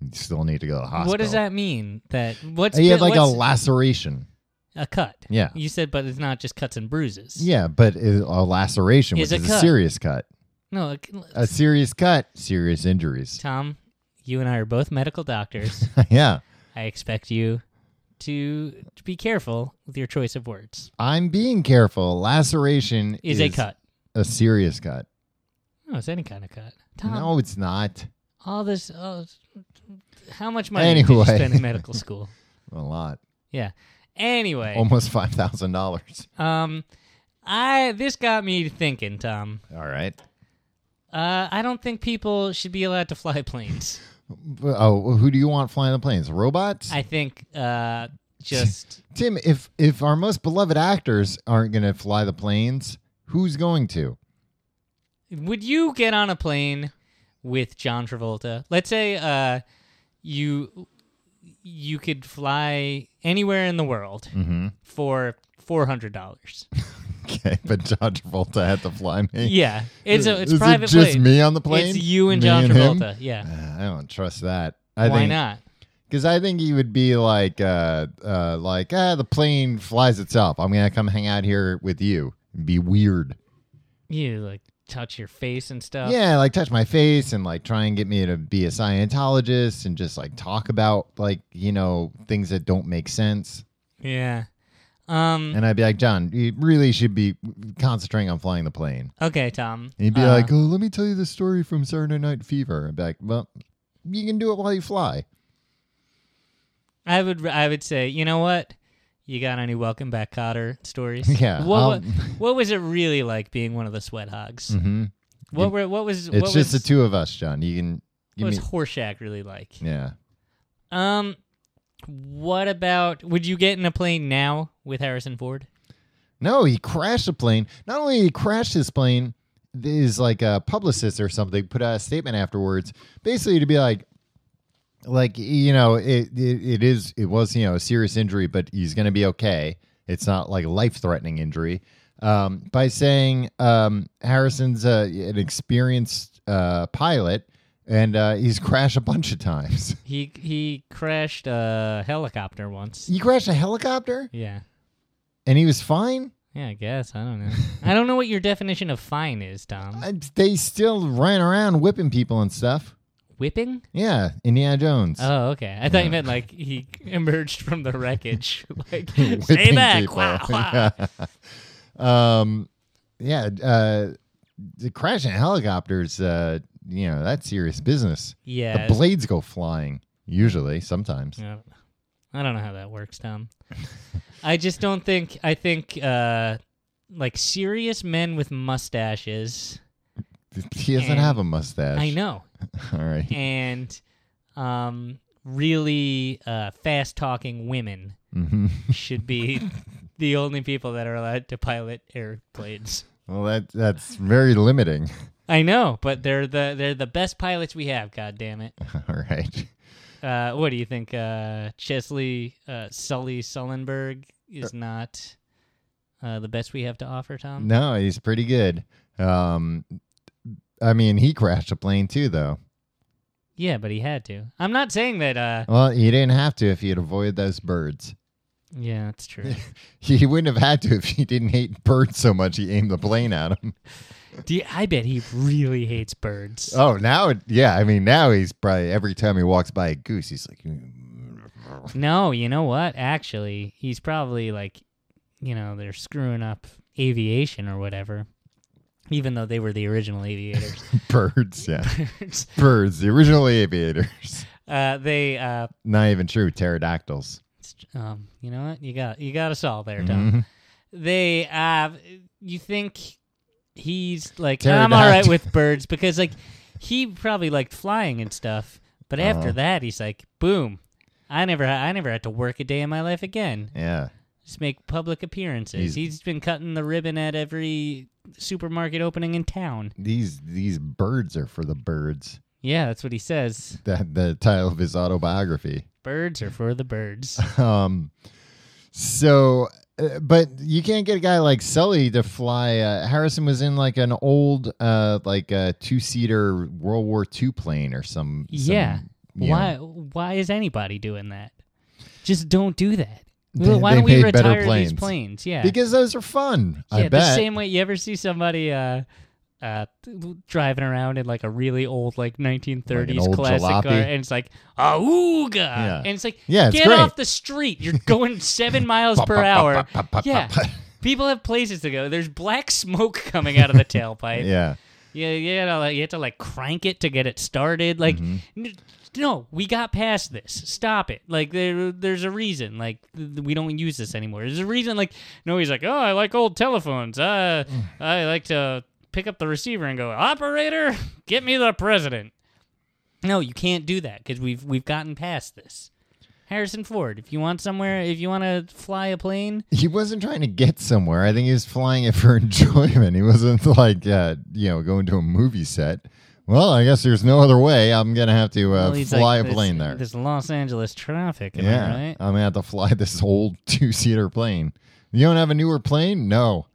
Speaker 1: You still need to go to the hospital.
Speaker 2: What does that mean? That what's
Speaker 1: He had
Speaker 2: been-
Speaker 1: like a
Speaker 2: what's-
Speaker 1: laceration.
Speaker 2: a cut.
Speaker 1: Yeah.
Speaker 2: You said, but it's not just cuts and bruises.
Speaker 1: Yeah, but it- a laceration
Speaker 2: Is
Speaker 1: which
Speaker 2: a
Speaker 1: is a
Speaker 2: cut.
Speaker 1: serious cut.
Speaker 2: No, a-
Speaker 1: A serious cut, serious injuries.
Speaker 2: Tom, you and I are both medical doctors.
Speaker 1: yeah.
Speaker 2: I expect you to, to be careful with your choice of words.
Speaker 1: I'm being careful. Laceration
Speaker 2: Is, a cut.
Speaker 1: A serious cut.
Speaker 2: No, it's any kind of cut. Tom,
Speaker 1: No, it's not.
Speaker 2: all this. Oh, how much money did you
Speaker 1: Anyway.
Speaker 2: spend in medical school?
Speaker 1: A lot.
Speaker 2: Yeah. Anyway,
Speaker 1: Almost five thousand dollars.
Speaker 2: um, I this got me thinking, Tom.
Speaker 1: All right.
Speaker 2: Uh, I don't think people should be allowed to fly planes.
Speaker 1: Oh, who do you want flying the planes? Robots?
Speaker 2: I think uh, just
Speaker 1: Tim, if if our most beloved actors aren't going to fly the planes, who's going to?
Speaker 2: Would you get on a plane with John Travolta? Let's say uh, you you could fly anywhere in the world
Speaker 1: Mm-hmm.
Speaker 2: for four hundred dollars.
Speaker 1: Okay, but John Travolta had to fly me.
Speaker 2: yeah, it's a it's
Speaker 1: Is
Speaker 2: private
Speaker 1: it just
Speaker 2: plane.
Speaker 1: me on the plane.
Speaker 2: It's you and
Speaker 1: Me
Speaker 2: John
Speaker 1: him?
Speaker 2: Travolta. Yeah,
Speaker 1: Uh, I don't trust that. I
Speaker 2: why
Speaker 1: think,
Speaker 2: not?
Speaker 1: Because I think he would be like, uh, uh, like ah, the plane flies itself. I'm gonna come hang out here with you. It'd be weird.
Speaker 2: You like touch your face and stuff.
Speaker 1: Yeah, like touch my face and like try and get me to be a Scientologist and just like talk about like, you know, things that don't make sense.
Speaker 2: yeah. Um.
Speaker 1: And I'd be like, John, you really should be concentrating on flying the plane.
Speaker 2: Okay, Tom.
Speaker 1: And he'd be
Speaker 2: Uh,
Speaker 1: like, oh, let me tell you the story from Saturday Night Fever. I'd be like, well, you can do it while you fly.
Speaker 2: I would I would say, you know what? You got any welcome back Cotter stories?
Speaker 1: Yeah,
Speaker 2: What, wa-
Speaker 1: I'll-
Speaker 2: what was it really like being one of the sweat hogs?
Speaker 1: Mm-hmm.
Speaker 2: What were what was
Speaker 1: It's
Speaker 2: what
Speaker 1: just
Speaker 2: was,
Speaker 1: the two of us, John. You can
Speaker 2: what
Speaker 1: give
Speaker 2: was
Speaker 1: me.
Speaker 2: Horshack really like?
Speaker 1: Yeah.
Speaker 2: Um what about would you get in a plane now with Harrison Ford?
Speaker 1: No, he crashed a plane. Not only he crashed his plane, is like a publicist or something put out a statement afterwards, basically to be like, like you know, it it, it is it was you know a serious injury, but he's going to be okay. It's not like life threatening injury. Um, by saying um, Harrison's uh, an experienced uh, pilot and uh, he's crashed a bunch of times.
Speaker 2: He he crashed a helicopter once.
Speaker 1: He crashed a helicopter
Speaker 2: Yeah.
Speaker 1: and he was fine.
Speaker 2: Yeah, I guess. I don't know. I don't know what your definition of fine is, Tom.
Speaker 1: Uh, They still ran around whipping people and stuff.
Speaker 2: Whipping?
Speaker 1: Yeah, Indiana Jones.
Speaker 2: Oh, okay. I thought you meant like he emerged from the wreckage. like,
Speaker 1: Whipping
Speaker 2: stay back.
Speaker 1: people.
Speaker 2: Wah, wah.
Speaker 1: Yeah. um, yeah, uh, the crashing helicopters, uh, you know, that's serious business.
Speaker 2: Yeah.
Speaker 1: The blades go flying usually, sometimes.
Speaker 2: Yeah. I don't know how that works, Tom. I just don't think I think uh like serious men with mustaches.
Speaker 1: He doesn't
Speaker 2: And-
Speaker 1: have a mustache.
Speaker 2: I know.
Speaker 1: All right.
Speaker 2: And um really uh fast talking women
Speaker 1: Mm-hmm.
Speaker 2: should be the only people that are allowed to pilot airplanes.
Speaker 1: Well, that that's very limiting.
Speaker 2: I know, but they're the they're the best pilots we have, god damn it.
Speaker 1: All right.
Speaker 2: Uh what do you think uh Chesley uh Sully Sullenberg is not uh, the best we have to offer, Tom?
Speaker 1: No, he's pretty good. Um, I mean, he crashed a plane too, though.
Speaker 2: Yeah, but he had to. I'm not saying that. uh
Speaker 1: Well, he didn't have to if he had avoided those birds.
Speaker 2: Yeah, that's true.
Speaker 1: He wouldn't have had to if he didn't hate birds so much he aimed the plane at them.
Speaker 2: Do you- I bet he really hates birds.
Speaker 1: Oh, now, it, yeah. I mean, now he's probably every time he walks by a goose, he's like,
Speaker 2: No, you know what? Actually, he's probably like, you know, they're screwing up aviation or whatever. Even though they were the original aviators,
Speaker 1: birds, yeah, birds, the original aviators.
Speaker 2: uh, they, uh,
Speaker 1: Not even true, pterodactyls.
Speaker 2: um, you know what? You got you got us all there, Tom.
Speaker 1: Mhm.
Speaker 2: They, uh, you think he's like, I'm all right
Speaker 1: Pterodactyl.
Speaker 2: with birds because like he probably liked flying and stuff, but after
Speaker 1: Uh-huh.
Speaker 2: that he's like, boom, I never I never had to work a day in my life again.
Speaker 1: Yeah,
Speaker 2: just make public
Speaker 1: He's-
Speaker 2: appearances. he's been cutting the ribbon at every supermarket opening in town.
Speaker 1: these these birds are for the birds.
Speaker 2: Yeah, that's what he says.
Speaker 1: That the title of his autobiography.
Speaker 2: Birds are for the birds.
Speaker 1: Um, so, uh, but you can't get a guy like Sully to fly. Uh, Harrison was in like an old, uh, like a two seater World War II plane or some. some,
Speaker 2: Yeah.
Speaker 1: you know,
Speaker 2: Why why is anybody doing that? Just don't do that.
Speaker 1: They-
Speaker 2: why
Speaker 1: they
Speaker 2: don't we
Speaker 1: made better
Speaker 2: retire these
Speaker 1: planes.
Speaker 2: planes? Yeah.
Speaker 1: Because those are fun.
Speaker 2: yeah,
Speaker 1: I
Speaker 2: the
Speaker 1: bet.
Speaker 2: same way you ever see somebody uh uh, driving around in like a really old like 1930s
Speaker 1: old
Speaker 2: classic
Speaker 1: jalopy.
Speaker 2: car and it's like auga
Speaker 1: Yeah.
Speaker 2: and it's like
Speaker 1: Yeah, it's
Speaker 2: get
Speaker 1: great.
Speaker 2: off the street you're going seven miles
Speaker 1: Pop,
Speaker 2: per
Speaker 1: pop, pop,
Speaker 2: hour
Speaker 1: pop, pop, pop,
Speaker 2: Yeah.
Speaker 1: pop.
Speaker 2: People have places to go. There's black smoke coming out of the tailpipe.
Speaker 1: yeah.
Speaker 2: Yeah, you, you, gotta, like, you have to like crank it to get it started. Like,
Speaker 1: Mm-hmm.
Speaker 2: n- no, we got past this. Stop it. Like, there, there's a reason. Like, th- we don't use this anymore. There's a reason. Like, no, he's like, oh, I like old telephones. Uh,
Speaker 1: Mm.
Speaker 2: I like to pick up the receiver and go, operator, get me the president. No, you can't do that because we've we've gotten past this. Harrison Ford, if you want somewhere, if you want to fly a plane,
Speaker 1: He wasn't trying to get somewhere. I think he was flying it for enjoyment. He wasn't like, uh, you know, going to a movie set. Well, I guess there's no other way. I'm gonna have to uh,
Speaker 2: Well, he's
Speaker 1: fly
Speaker 2: like,
Speaker 1: a plane
Speaker 2: this,
Speaker 1: there.
Speaker 2: This Los Angeles traffic, am
Speaker 1: yeah,
Speaker 2: I right?
Speaker 1: I'm gonna have to fly this old two seater plane. You don't have a newer plane? No.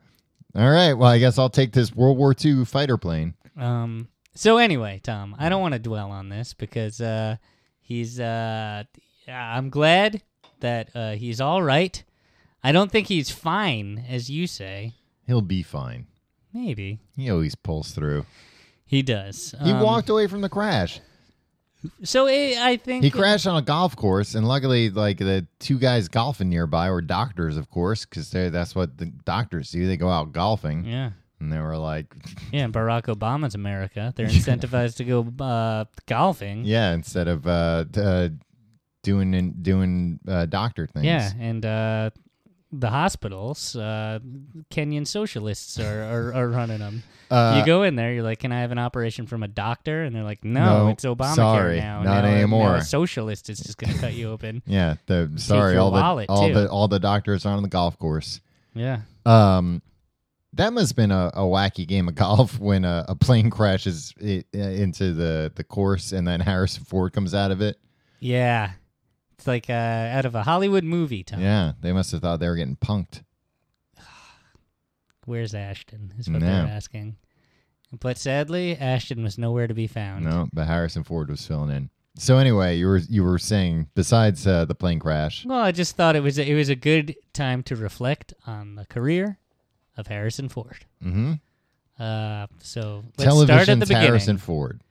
Speaker 1: All right. Well, I guess I'll take this World War II fighter plane.
Speaker 2: Um, so anyway, Tom, I don't want to dwell on this because uh, he's. Uh, I'm glad that uh, he's all right. I don't think he's fine, as you say.
Speaker 1: He'll be fine.
Speaker 2: Maybe
Speaker 1: He always pulls through.
Speaker 2: he does.
Speaker 1: He
Speaker 2: Um,
Speaker 1: walked away from the crash.
Speaker 2: So it, I think
Speaker 1: He crashed on a golf course, and luckily, like the two guys golfing nearby were doctors, of course, because that's what the doctors do. They go out golfing,
Speaker 2: Yeah, Mm-hmm.
Speaker 1: and they were like,
Speaker 2: yeah. and Barack Obama's America. They're incentivized to go uh, golfing.
Speaker 1: "Yeah," instead of uh, d- uh, doing in, doing uh, doctor things.
Speaker 2: Yeah, and uh, the hospitals, uh, Kenyan socialists are, are, are running them.
Speaker 1: Uh,
Speaker 2: you go in there, you're like, "Can I have an operation from a doctor?" And they're like, "No,
Speaker 1: No,
Speaker 2: it's Obamacare
Speaker 1: sorry,
Speaker 2: now.
Speaker 1: not
Speaker 2: now,
Speaker 1: anymore."
Speaker 2: Now a socialist is just going to cut you open."
Speaker 1: yeah. The sorry,
Speaker 2: your
Speaker 1: all the
Speaker 2: wallet,
Speaker 1: all
Speaker 2: too.
Speaker 1: the all the doctors are on the golf course.
Speaker 2: Yeah,
Speaker 1: Um, that must have been a, a wacky game of golf when a, a plane crashes i uh, into the the course, and then Harrison Ford comes out of it.
Speaker 2: yeah. It's like uh, out of a Hollywood movie. Tom,
Speaker 1: Yeah, they must have thought they were getting punked.
Speaker 2: where's Ashton? Is what
Speaker 1: No.
Speaker 2: they're asking. But sadly, Ashton was nowhere to be found.
Speaker 1: No, but Harrison Ford was filling in. So anyway, you were you were saying besides uh, the plane crash,
Speaker 2: Well, I just thought it was a, it was a good time to reflect on the career of Harrison Ford.
Speaker 1: mm-hmm.
Speaker 2: Uh, so let's start at the
Speaker 1: television's
Speaker 2: beginning.
Speaker 1: Harrison Ford.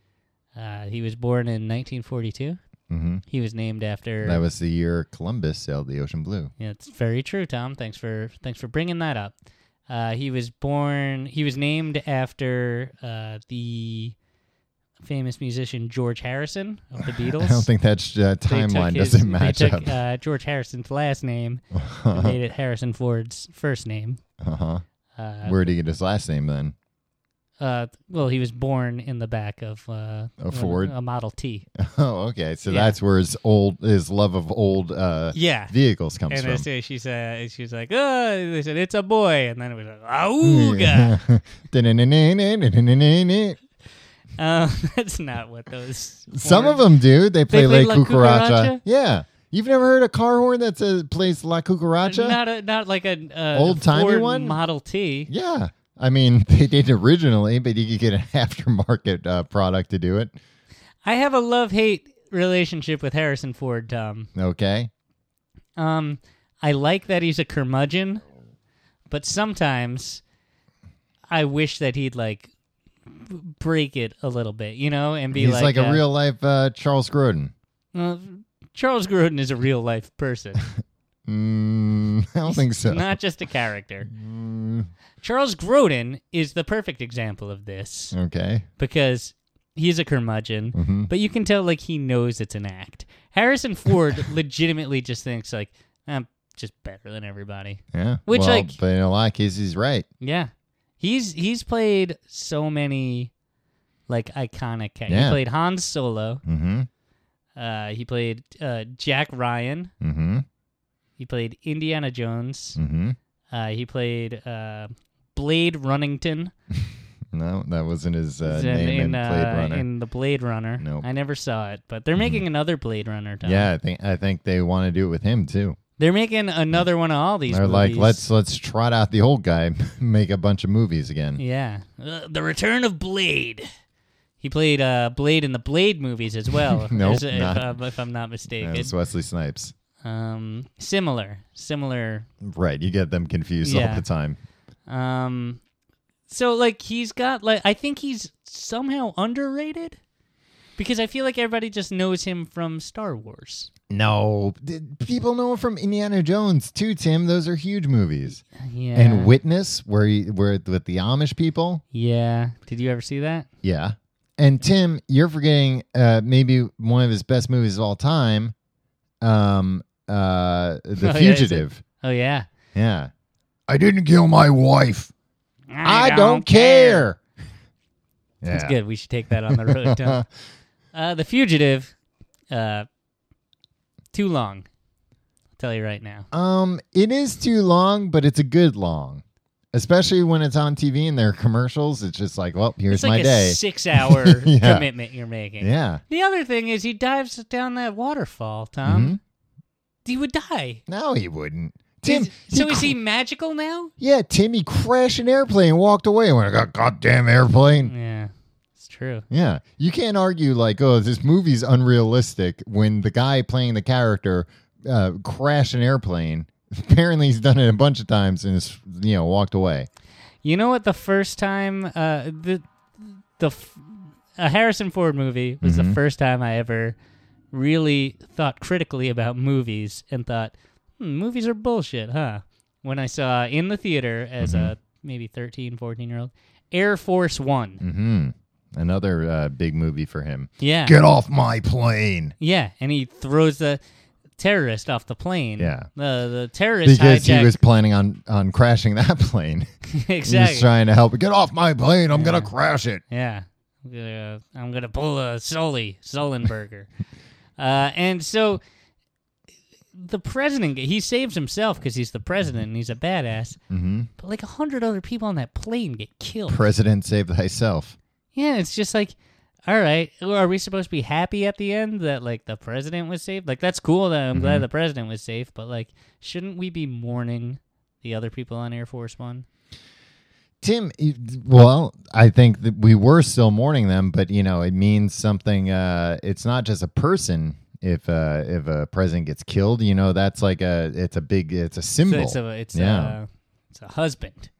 Speaker 2: Uh, he was born in 1942.
Speaker 1: hmm
Speaker 2: He was named after.
Speaker 1: That was the year Columbus sailed the ocean blue.
Speaker 2: Yeah, it's very true, Tom. Thanks for thanks for bringing that up. Uh, he was born. He was named after uh, the famous musician George Harrison of the Beatles.
Speaker 1: I don't think that sh- uh,
Speaker 2: They took
Speaker 1: timeline
Speaker 2: his-
Speaker 1: doesn't match
Speaker 2: they took,
Speaker 1: up. Uh-huh.
Speaker 2: Uh, George Harrison's last name and made it Harrison Ford's first name.
Speaker 1: Uh huh.
Speaker 2: Uh,
Speaker 1: Where did he get his last name then?
Speaker 2: uh, well, he was born in the back of uh, one-
Speaker 1: Ford?
Speaker 2: a Model T.
Speaker 1: Oh, okay. So
Speaker 2: Yeah.
Speaker 1: that's where his old his love of old uh,
Speaker 2: Yeah.
Speaker 1: vehicles comes
Speaker 2: And
Speaker 1: from.
Speaker 2: they say she said she was like, oh, they said it's a boy, and then it was like, auga. Um, that's not what those.
Speaker 1: Some of
Speaker 2: words-
Speaker 1: them do. They play,
Speaker 2: play
Speaker 1: La
Speaker 2: La
Speaker 1: Cucaracha.
Speaker 2: Cucaracha?
Speaker 1: Yeah. You've never heard a car horn that says, plays La Cucaracha?
Speaker 2: Not a, not like an uh,
Speaker 1: Old-timey
Speaker 2: Ford
Speaker 1: one?
Speaker 2: Model T.
Speaker 1: yeah. I mean, they did originally, but you could get an aftermarket uh, product to do it.
Speaker 2: I have a love hate relationship with Harrison Ford, Tom.
Speaker 1: Okay.
Speaker 2: Um, I like that he's a curmudgeon, but sometimes I wish that he'd like b- break it a little bit, you know, and be
Speaker 1: He's like,
Speaker 2: like,
Speaker 1: a
Speaker 2: uh,
Speaker 1: real life uh, Charles Grodin.
Speaker 2: well, Charles Grodin is a real life person,
Speaker 1: Mm, I don't think so.
Speaker 2: not just a character.
Speaker 1: Mm,
Speaker 2: Charles Grodin is the perfect example of this
Speaker 1: okay.
Speaker 2: because he's a curmudgeon,
Speaker 1: hmm
Speaker 2: but you can tell like he knows it's an act. Harrison Ford legitimately just thinks like I'm just better than everybody.
Speaker 1: Yeah.
Speaker 2: Which,
Speaker 1: well,
Speaker 2: like-
Speaker 1: but in a lot of cases, he's right.
Speaker 2: Yeah. He's he's played so many like iconic ca-
Speaker 1: Yeah.
Speaker 2: He played Han Solo.
Speaker 1: Mm-hmm.
Speaker 2: Uh, he played uh, Jack Ryan.
Speaker 1: Mm-hmm.
Speaker 2: He played Indiana Jones.
Speaker 1: Mm-hmm.
Speaker 2: Uh, he played uh, Blade Runnington
Speaker 1: No, that wasn't his uh,
Speaker 2: in,
Speaker 1: name in,
Speaker 2: in, uh,
Speaker 1: Blade Runner.
Speaker 2: in the Blade Runner.
Speaker 1: Nope. Mm-hmm.
Speaker 2: I never saw it, but they're making another Blade Runner. Tom.
Speaker 1: yeah, I think I think they want to do it with him too.
Speaker 2: they're making another one of all these.
Speaker 1: They're like,
Speaker 2: movies.
Speaker 1: let's let's trot out the old guy, make a bunch of movies again.
Speaker 2: Yeah. Uh, the Return of Blade. He played uh, Blade in the Blade movies as well.
Speaker 1: Nope,
Speaker 2: is- if,
Speaker 1: not-
Speaker 2: I'm- if I'm not
Speaker 1: Yeah,
Speaker 2: mistaken.
Speaker 1: it's Wesley Snipes.
Speaker 2: um, similar, similar.
Speaker 1: Right, you get them confused all
Speaker 2: Yeah.
Speaker 1: the time.
Speaker 2: Um, so like he's got like I think he's somehow underrated because I feel like everybody just knows him from Star Wars.
Speaker 1: No, th- people know him from Indiana Jones too, Tim. Those are huge movies.
Speaker 2: Yeah.
Speaker 1: And Witness, where he, where with the Amish people.
Speaker 2: yeah. Did you ever see that?
Speaker 1: Yeah. And Tim, you're forgetting uh, maybe one of his best movies of all time, um, uh, The
Speaker 2: yeah, is it?
Speaker 1: Fugitive.
Speaker 2: Oh yeah.
Speaker 1: yeah. I didn't kill my wife. I don't care. Yeah.
Speaker 2: That's good. We should take that on the road. Tom. uh, the Fugitive. Uh, too long. I'll tell you right now.
Speaker 1: Um, it is too long, but it's a good long, especially when it's on TV and there are commercials. It's just like, well, here's
Speaker 2: it's like
Speaker 1: my
Speaker 2: a
Speaker 1: day.
Speaker 2: six-hour
Speaker 1: Yeah.
Speaker 2: commitment you're making.
Speaker 1: yeah.
Speaker 2: The other thing is he dives down that waterfall, Tom.
Speaker 1: Mm-hmm.
Speaker 2: He would die.
Speaker 1: No, he wouldn't. Tim.
Speaker 2: Is- so is he magical now?
Speaker 1: Yeah, Tim. He crashed an airplane, and walked away. When I got goddamn airplane.
Speaker 2: Yeah, it's true.
Speaker 1: Yeah, you can't argue like, oh, this movie's unrealistic when the guy playing the character uh, crashed an airplane. Apparently, he's done it a bunch of times and is you know walked away.
Speaker 2: You know what? The first time, uh, the the f- a Harrison Ford movie was
Speaker 1: Mm-hmm.
Speaker 2: the first time I ever really thought critically about movies and thought hmm, movies are bullshit, huh? When I saw in the theater as
Speaker 1: Mm-hmm.
Speaker 2: a maybe 13, 14 year old Air Force One.
Speaker 1: hmm Another uh, big movie for him.
Speaker 2: Yeah,
Speaker 1: Get off my plane.
Speaker 2: yeah, and he throws the terrorist off the plane.
Speaker 1: Yeah.
Speaker 2: the the terrorist
Speaker 1: Because
Speaker 2: hijacked-
Speaker 1: he was planning on on crashing that plane. He was
Speaker 2: exactly.
Speaker 1: trying to help. it. Get off my plane. I'm gonna crash it.
Speaker 2: Yeah. I'm gonna, uh, I'm gonna pull a Sully, Sullenberger. uh, and so the president, he saves himself because he's the president and he's a badass.
Speaker 1: hmm
Speaker 2: But like a hundred other people on that plane get killed.
Speaker 1: President, save thyself.
Speaker 2: yeah, it's just like, all right, are we supposed to be happy at the end that like the president was saved? Like that's cool that I'm
Speaker 1: Mm-hmm.
Speaker 2: glad the president was safe, but like, shouldn't we be mourning the other people on Air Force One?
Speaker 1: Tim, it- well, I think that we were still mourning them, but you know, it means something. Uh, it's not just a person. If uh, if a president gets killed, you know, that's like a it's a big it's a
Speaker 2: So
Speaker 1: symbol.
Speaker 2: it's a it's
Speaker 1: Yeah.
Speaker 2: a it's a husband.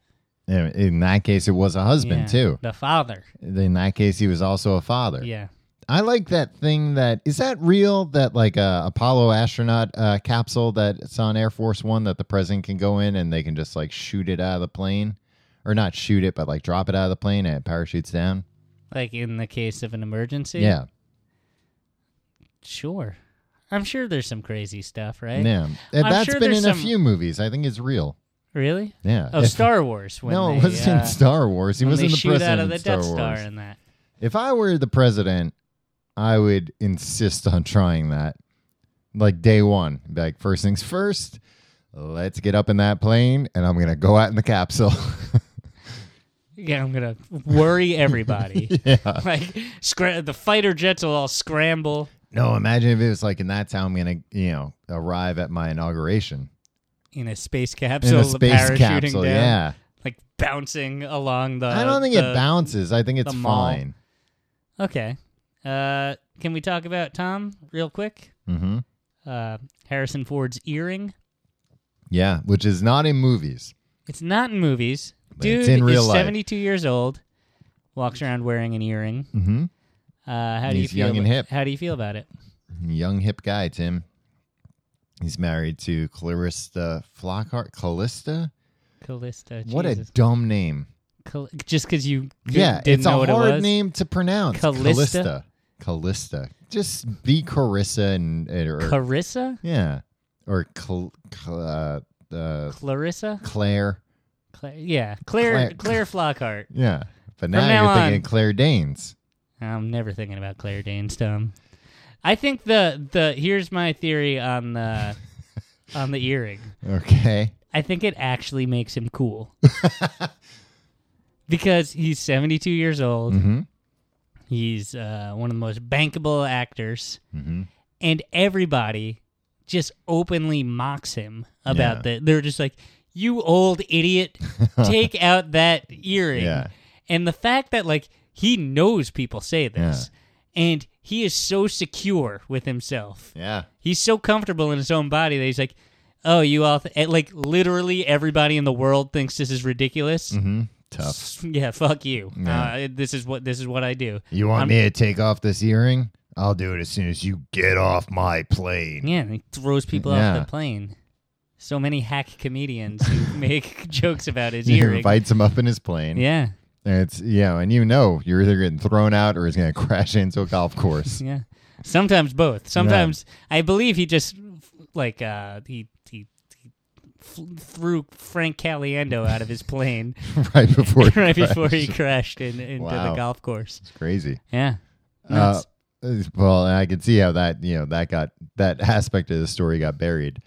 Speaker 1: in, in that case, it was a husband
Speaker 2: Yeah.
Speaker 1: too.
Speaker 2: The father.
Speaker 1: In that case, he was also a father.
Speaker 2: Yeah.
Speaker 1: I like that thing that is that real that like a Apollo astronaut uh, capsule that's on Air Force One that the president can go in and they can just like shoot it out of the plane, or not shoot it, but like drop it out of the plane and it parachutes down.
Speaker 2: Like in the case of an emergency?
Speaker 1: Yeah,
Speaker 2: Sure. I'm sure there's some crazy stuff, right?
Speaker 1: yeah. And
Speaker 2: I'm
Speaker 1: that's
Speaker 2: sure
Speaker 1: been in a
Speaker 2: there's some-
Speaker 1: few movies. I think it's real.
Speaker 2: Really?
Speaker 1: Yeah.
Speaker 2: Oh,
Speaker 1: If-
Speaker 2: Star Wars. When
Speaker 1: no,
Speaker 2: they,
Speaker 1: it wasn't
Speaker 2: uh,
Speaker 1: in Star Wars. He
Speaker 2: when
Speaker 1: was
Speaker 2: they
Speaker 1: in the
Speaker 2: shoot
Speaker 1: president
Speaker 2: out of the
Speaker 1: in Star
Speaker 2: Death Star
Speaker 1: Wars.
Speaker 2: in that.
Speaker 1: If I were the president, I would insist on trying that. Like day one, be like first things first, let's get up in that plane and I'm going to go out in the capsule.
Speaker 2: Yeah, I'm gonna worry everybody.
Speaker 1: yeah.
Speaker 2: like scra- the fighter jets will all scramble.
Speaker 1: No, imagine if it was like, and that's how I'm going to, you know, arrive at my inauguration
Speaker 2: In a space
Speaker 1: in
Speaker 2: capsule,
Speaker 1: a
Speaker 2: the
Speaker 1: space
Speaker 2: parachuting
Speaker 1: capsule.
Speaker 2: down,
Speaker 1: Yeah.
Speaker 2: like bouncing along the.
Speaker 1: I don't think
Speaker 2: the-
Speaker 1: it bounces. I think it's
Speaker 2: the mall.
Speaker 1: fine.
Speaker 2: Okay, uh, can we talk about Tom real quick?
Speaker 1: hmm
Speaker 2: Uh, Harrison Ford's earring.
Speaker 1: Yeah. Which is not in movies.
Speaker 2: It's not in movies.
Speaker 1: But
Speaker 2: Dude
Speaker 1: it's in real
Speaker 2: is
Speaker 1: life.
Speaker 2: 72 years old. Walks around wearing an earring.
Speaker 1: hmm
Speaker 2: Uh, how
Speaker 1: And
Speaker 2: do you
Speaker 1: he's
Speaker 2: feel?
Speaker 1: young and
Speaker 2: ab-
Speaker 1: hip.
Speaker 2: How do you feel about it?
Speaker 1: Young hip guy, Tim. He's married to Clarissa Flockhart. Callista?
Speaker 2: Callista.
Speaker 1: What a
Speaker 2: Jesus.
Speaker 1: dumb name.
Speaker 2: Cal- just because you couldn't-
Speaker 1: Yeah,
Speaker 2: didn't
Speaker 1: it's
Speaker 2: know
Speaker 1: a
Speaker 2: what it
Speaker 1: hard
Speaker 2: was.
Speaker 1: name to pronounce.
Speaker 2: Callista?
Speaker 1: Callista. Callista. Just be Carissa and or
Speaker 2: Clarissa.
Speaker 1: yeah, or Cl- Cl- uh, uh,
Speaker 2: Clarissa.
Speaker 1: Claire.
Speaker 2: Cla- yeah, Claire. Claire
Speaker 1: Claire-
Speaker 2: Flockhart.
Speaker 1: Yeah, but now,
Speaker 2: now
Speaker 1: you're thinking
Speaker 2: on.
Speaker 1: Claire Danes.
Speaker 2: I'm never thinking about Claire Danes. Tom. I think the the here's my theory on the on the earring.
Speaker 1: Okay.
Speaker 2: I think it actually makes him cool because he's 72 years old.
Speaker 1: Mm-hmm.
Speaker 2: He's uh, one of the most bankable actors,
Speaker 1: Mm-hmm.
Speaker 2: and everybody just openly mocks him about
Speaker 1: Yeah.
Speaker 2: that. They're just like, "You old idiot, take out that earring."
Speaker 1: Yeah.
Speaker 2: And the fact that like he knows people say this, and he is so secure with himself,
Speaker 1: Yeah.
Speaker 2: he's so comfortable in his own body that he's like, "Oh, you all," th-, and, like literally everybody in the world thinks this is ridiculous.
Speaker 1: Mm-hmm. Tough.
Speaker 2: Yeah, fuck you.
Speaker 1: Yeah.
Speaker 2: Uh, this is what this is what I do.
Speaker 1: You want
Speaker 2: I'm-
Speaker 1: me to take off this earring? I'll do it as soon as you get off my plane.
Speaker 2: Yeah, and he throws people off
Speaker 1: Yeah.
Speaker 2: the plane. So many hack comedians who make jokes about his
Speaker 1: He
Speaker 2: earring.
Speaker 1: invites him up in his plane.
Speaker 2: Yeah,
Speaker 1: And it's yeah, and you know you're either getting thrown out or he's gonna crash into a golf course.
Speaker 2: yeah. Sometimes both. Sometimes I believe he just like uh he he, he f- threw Frank Caliendo out of his plane
Speaker 1: right before he
Speaker 2: right
Speaker 1: crashed.
Speaker 2: before he crashed in, into the
Speaker 1: Wow.
Speaker 2: golf course.
Speaker 1: It's crazy.
Speaker 2: Yeah.
Speaker 1: Uh,
Speaker 2: Nuts.
Speaker 1: well, and I can see how that you know that got that aspect of the story got buried.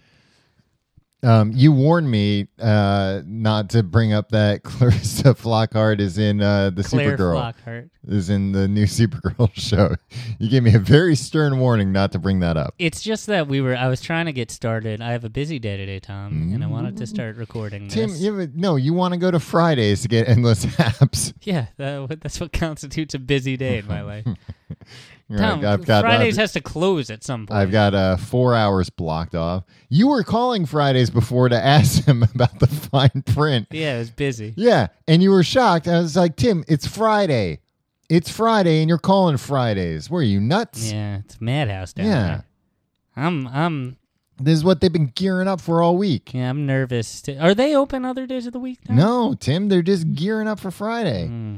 Speaker 1: Um, you warned me uh, not to bring up that Clarissa Flockhart is in uh, the
Speaker 2: Claire
Speaker 1: Supergirl
Speaker 2: Flockhart.
Speaker 1: is in the new Supergirl show. You gave me a very stern warning not to bring that up.
Speaker 2: It's just that we were. I was trying to get started. I have a busy day today, Tom, and I wanted to start recording this.
Speaker 1: Mm-hmm. Tim, you have a- no, you want to go to Fridays to get endless apps.
Speaker 2: Yeah, that, what- that's what constitutes a busy day in my life.
Speaker 1: You're
Speaker 2: Tom,
Speaker 1: like, I've got
Speaker 2: Fridays
Speaker 1: I've,
Speaker 2: has to close at some point.
Speaker 1: I've got uh, four hours blocked off. You were calling Fridays before to ask him about the fine print.
Speaker 2: yeah, it was busy.
Speaker 1: Yeah, and you were shocked. I was like, Tim, it's Friday. It's Friday, and you're calling Fridays. Were you nuts?
Speaker 2: Yeah, it's madhouse down
Speaker 1: Yeah.
Speaker 2: there. I'm I'm
Speaker 1: This is what they've been gearing up for all week.
Speaker 2: yeah, I'm nervous. To, are they open other days of the week? Tom?
Speaker 1: No, Tim, they're just gearing up for Friday.
Speaker 2: Hmm.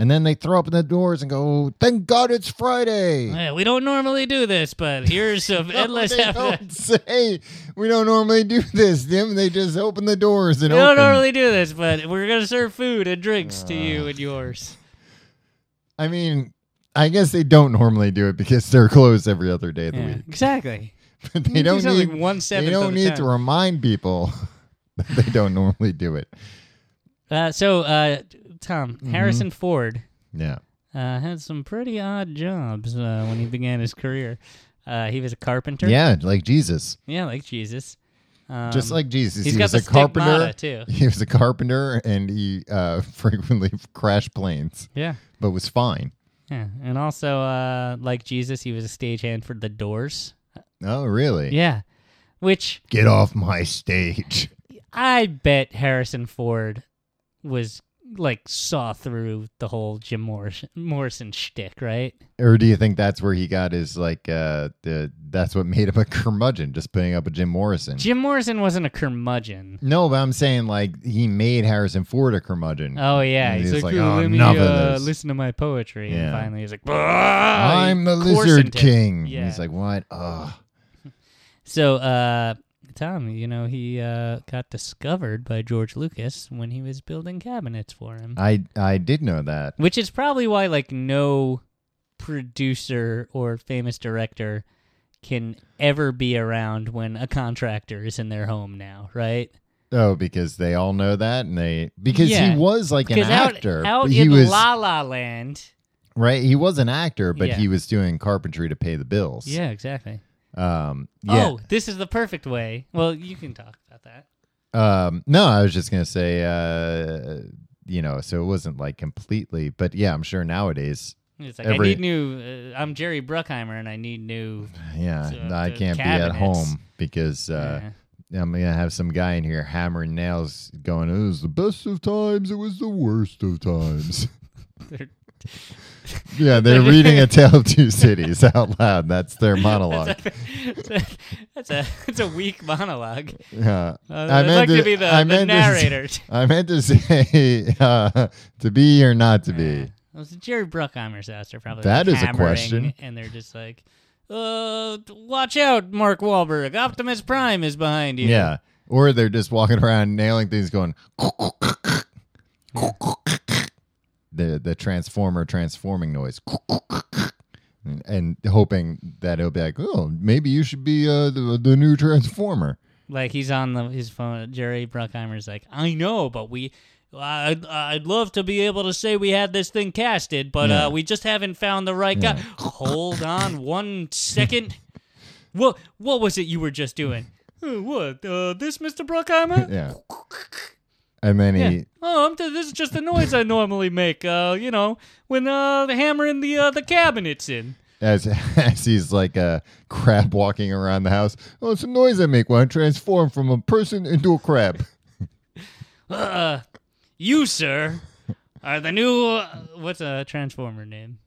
Speaker 1: And then they throw open the doors and go, thank God it's Friday.
Speaker 2: Yeah, we don't normally do this, but here's some endless.
Speaker 1: they
Speaker 2: happenings.
Speaker 1: don't say we don't normally do this, Tim. They just open the doors and
Speaker 2: We don't
Speaker 1: open.
Speaker 2: normally do this, but we're gonna serve food and drinks to
Speaker 1: Uh,
Speaker 2: you and yours.
Speaker 1: I mean, I guess they don't normally do it because they're closed every other day of the
Speaker 2: Yeah,
Speaker 1: week.
Speaker 2: exactly.
Speaker 1: But they don't
Speaker 2: These are like
Speaker 1: need
Speaker 2: one
Speaker 1: they
Speaker 2: seventh of
Speaker 1: don't
Speaker 2: the
Speaker 1: need to
Speaker 2: time.
Speaker 1: remind people that they don't normally do it.
Speaker 2: Uh, so, uh, Tom
Speaker 1: Mm-hmm.
Speaker 2: Harrison Ford
Speaker 1: Yeah.
Speaker 2: uh, had some pretty odd jobs uh, when he began his career. Uh, he was a carpenter.
Speaker 1: Yeah, like Jesus.
Speaker 2: Yeah, like Jesus. Um,
Speaker 1: Just like Jesus.
Speaker 2: he's
Speaker 1: he
Speaker 2: got
Speaker 1: was
Speaker 2: the
Speaker 1: a carpenter.
Speaker 2: stigmata, too.
Speaker 1: He was a carpenter and he uh, frequently crashed planes,
Speaker 2: yeah,
Speaker 1: but was fine.
Speaker 2: yeah, and also uh, like Jesus, he was a stagehand for The Doors.
Speaker 1: Oh, really?
Speaker 2: Yeah, which
Speaker 1: Get off my stage.
Speaker 2: I bet Harrison Ford was like saw through the whole Jim Morrison, Morrison shtick, right?
Speaker 1: Or do you think that's where he got his like uh the that's what made him a curmudgeon, just putting up with Jim Morrison?
Speaker 2: Jim Morrison wasn't a curmudgeon.
Speaker 1: no, but I'm saying like he made Harrison Ford a curmudgeon.
Speaker 2: Oh yeah,
Speaker 1: And
Speaker 2: he's,
Speaker 1: he's
Speaker 2: like,
Speaker 1: like,
Speaker 2: "Oh,
Speaker 1: "Oh,
Speaker 2: let me
Speaker 1: enough of
Speaker 2: uh,
Speaker 1: this."
Speaker 2: listen to my poetry, and
Speaker 1: Yeah.
Speaker 2: finally he's like,
Speaker 1: I'm the lizard king.
Speaker 2: Yeah.
Speaker 1: He's like, what? Ugh.
Speaker 2: So, uh, Tom, you know, he uh, got discovered by George Lucas when he was building cabinets for him,
Speaker 1: I I did know that.
Speaker 2: which is probably why, like, no producer or famous director can ever be around when a contractor is in their home now, right?
Speaker 1: Oh, because they all know that, and they because
Speaker 2: Yeah.
Speaker 1: he was like an
Speaker 2: Because out,
Speaker 1: actor.
Speaker 2: out
Speaker 1: but he
Speaker 2: in
Speaker 1: was
Speaker 2: La La Land.
Speaker 1: right. He was an actor, but
Speaker 2: Yeah.
Speaker 1: he was doing carpentry to pay the bills.
Speaker 2: Yeah, exactly.
Speaker 1: Um. Yeah.
Speaker 2: Oh, this is the perfect way. Well, you can talk about that. Oh.
Speaker 1: Um. No, I was just gonna say. Uh. You know, so it wasn't like completely, but yeah, I'm sure nowadays.
Speaker 2: It's like
Speaker 1: Every-
Speaker 2: I need new. Uh, I'm Jerry Bruckheimer, and I need new.
Speaker 1: Yeah,
Speaker 2: So,
Speaker 1: I
Speaker 2: the
Speaker 1: can't be at
Speaker 2: cabinets.
Speaker 1: home because uh,
Speaker 2: yeah.
Speaker 1: I'm gonna have some guy in here hammering nails, going, "It was the best of times. It was the worst of times."
Speaker 2: They're-
Speaker 1: yeah, they're reading A Tale of Two Cities out loud. That's their monologue.
Speaker 2: That's a, that's a that's a weak monologue.
Speaker 1: Yeah.
Speaker 2: Uh, I'd like to, be the,
Speaker 1: I
Speaker 2: the
Speaker 1: meant to s-
Speaker 2: narrator.
Speaker 1: I meant to say uh, to be or not to
Speaker 2: Yeah.
Speaker 1: be.
Speaker 2: Well, it's Jerry Bruckheimer's house. They're probably
Speaker 1: That
Speaker 2: like,
Speaker 1: is a
Speaker 2: hammering,
Speaker 1: question.
Speaker 2: and they're just like, "Uh, watch out, Mark Wahlberg! Optimus Prime is behind you."
Speaker 1: Yeah. Or they're just walking around nailing things, going. The, the transformer transforming noise and, and hoping that it'll be like oh maybe you should be uh, the, the new transformer
Speaker 2: like he's on the, his phone. Jerry Bruckheimer's like, "I know, but we." I'd, I'd love to be able to say we had this thing casted, but
Speaker 1: Yeah.
Speaker 2: uh, we just haven't found the right guy. Hold on one second. What what was it you were just doing? Uh, what uh, this, Mister Bruckheimer?
Speaker 1: yeah and then he
Speaker 2: Oh, I'm t- this is just the noise I normally make. Uh, you know, when uh, hammering the uh, the cabinets in.
Speaker 1: as as he's like a crab walking around the house. Oh, it's a noise I make when I transform from a person into a crab.
Speaker 2: Uh, you sir are the new uh, what's a transformer name?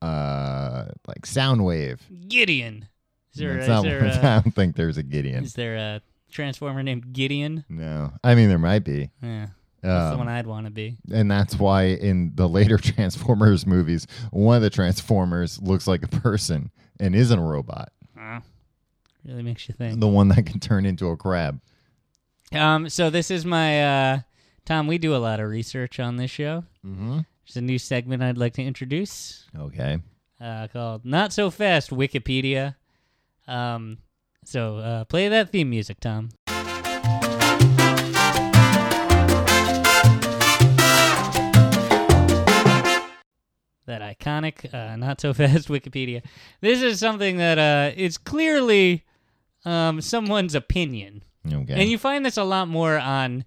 Speaker 1: Uh, like Soundwave.
Speaker 2: Gideon. Is there,
Speaker 1: It's
Speaker 2: is
Speaker 1: not-
Speaker 2: there, a,
Speaker 1: I don't think there's a Gideon.
Speaker 2: uh, is there a transformer named Gideon?
Speaker 1: No, I mean there might be.
Speaker 2: Yeah, that's the
Speaker 1: Um,
Speaker 2: one I'd want to be.
Speaker 1: and that's why in the later Transformers movies, one of the Transformers looks like a person and isn't a robot.
Speaker 2: Uh, really makes you think.
Speaker 1: The one that can turn into a crab.
Speaker 2: Um, so this is my uh, Tom. We do a lot of research on this show.
Speaker 1: Mm-hmm.
Speaker 2: There's a new segment I'd like to introduce
Speaker 1: Okay.
Speaker 2: uh, called "Not So Fast Wikipedia." Um, so uh, play that theme music, Tom. That iconic uh, "Not So Fast Wikipedia." This is something that uh, is clearly um, someone's opinion.
Speaker 1: Okay.
Speaker 2: And you find this a lot more on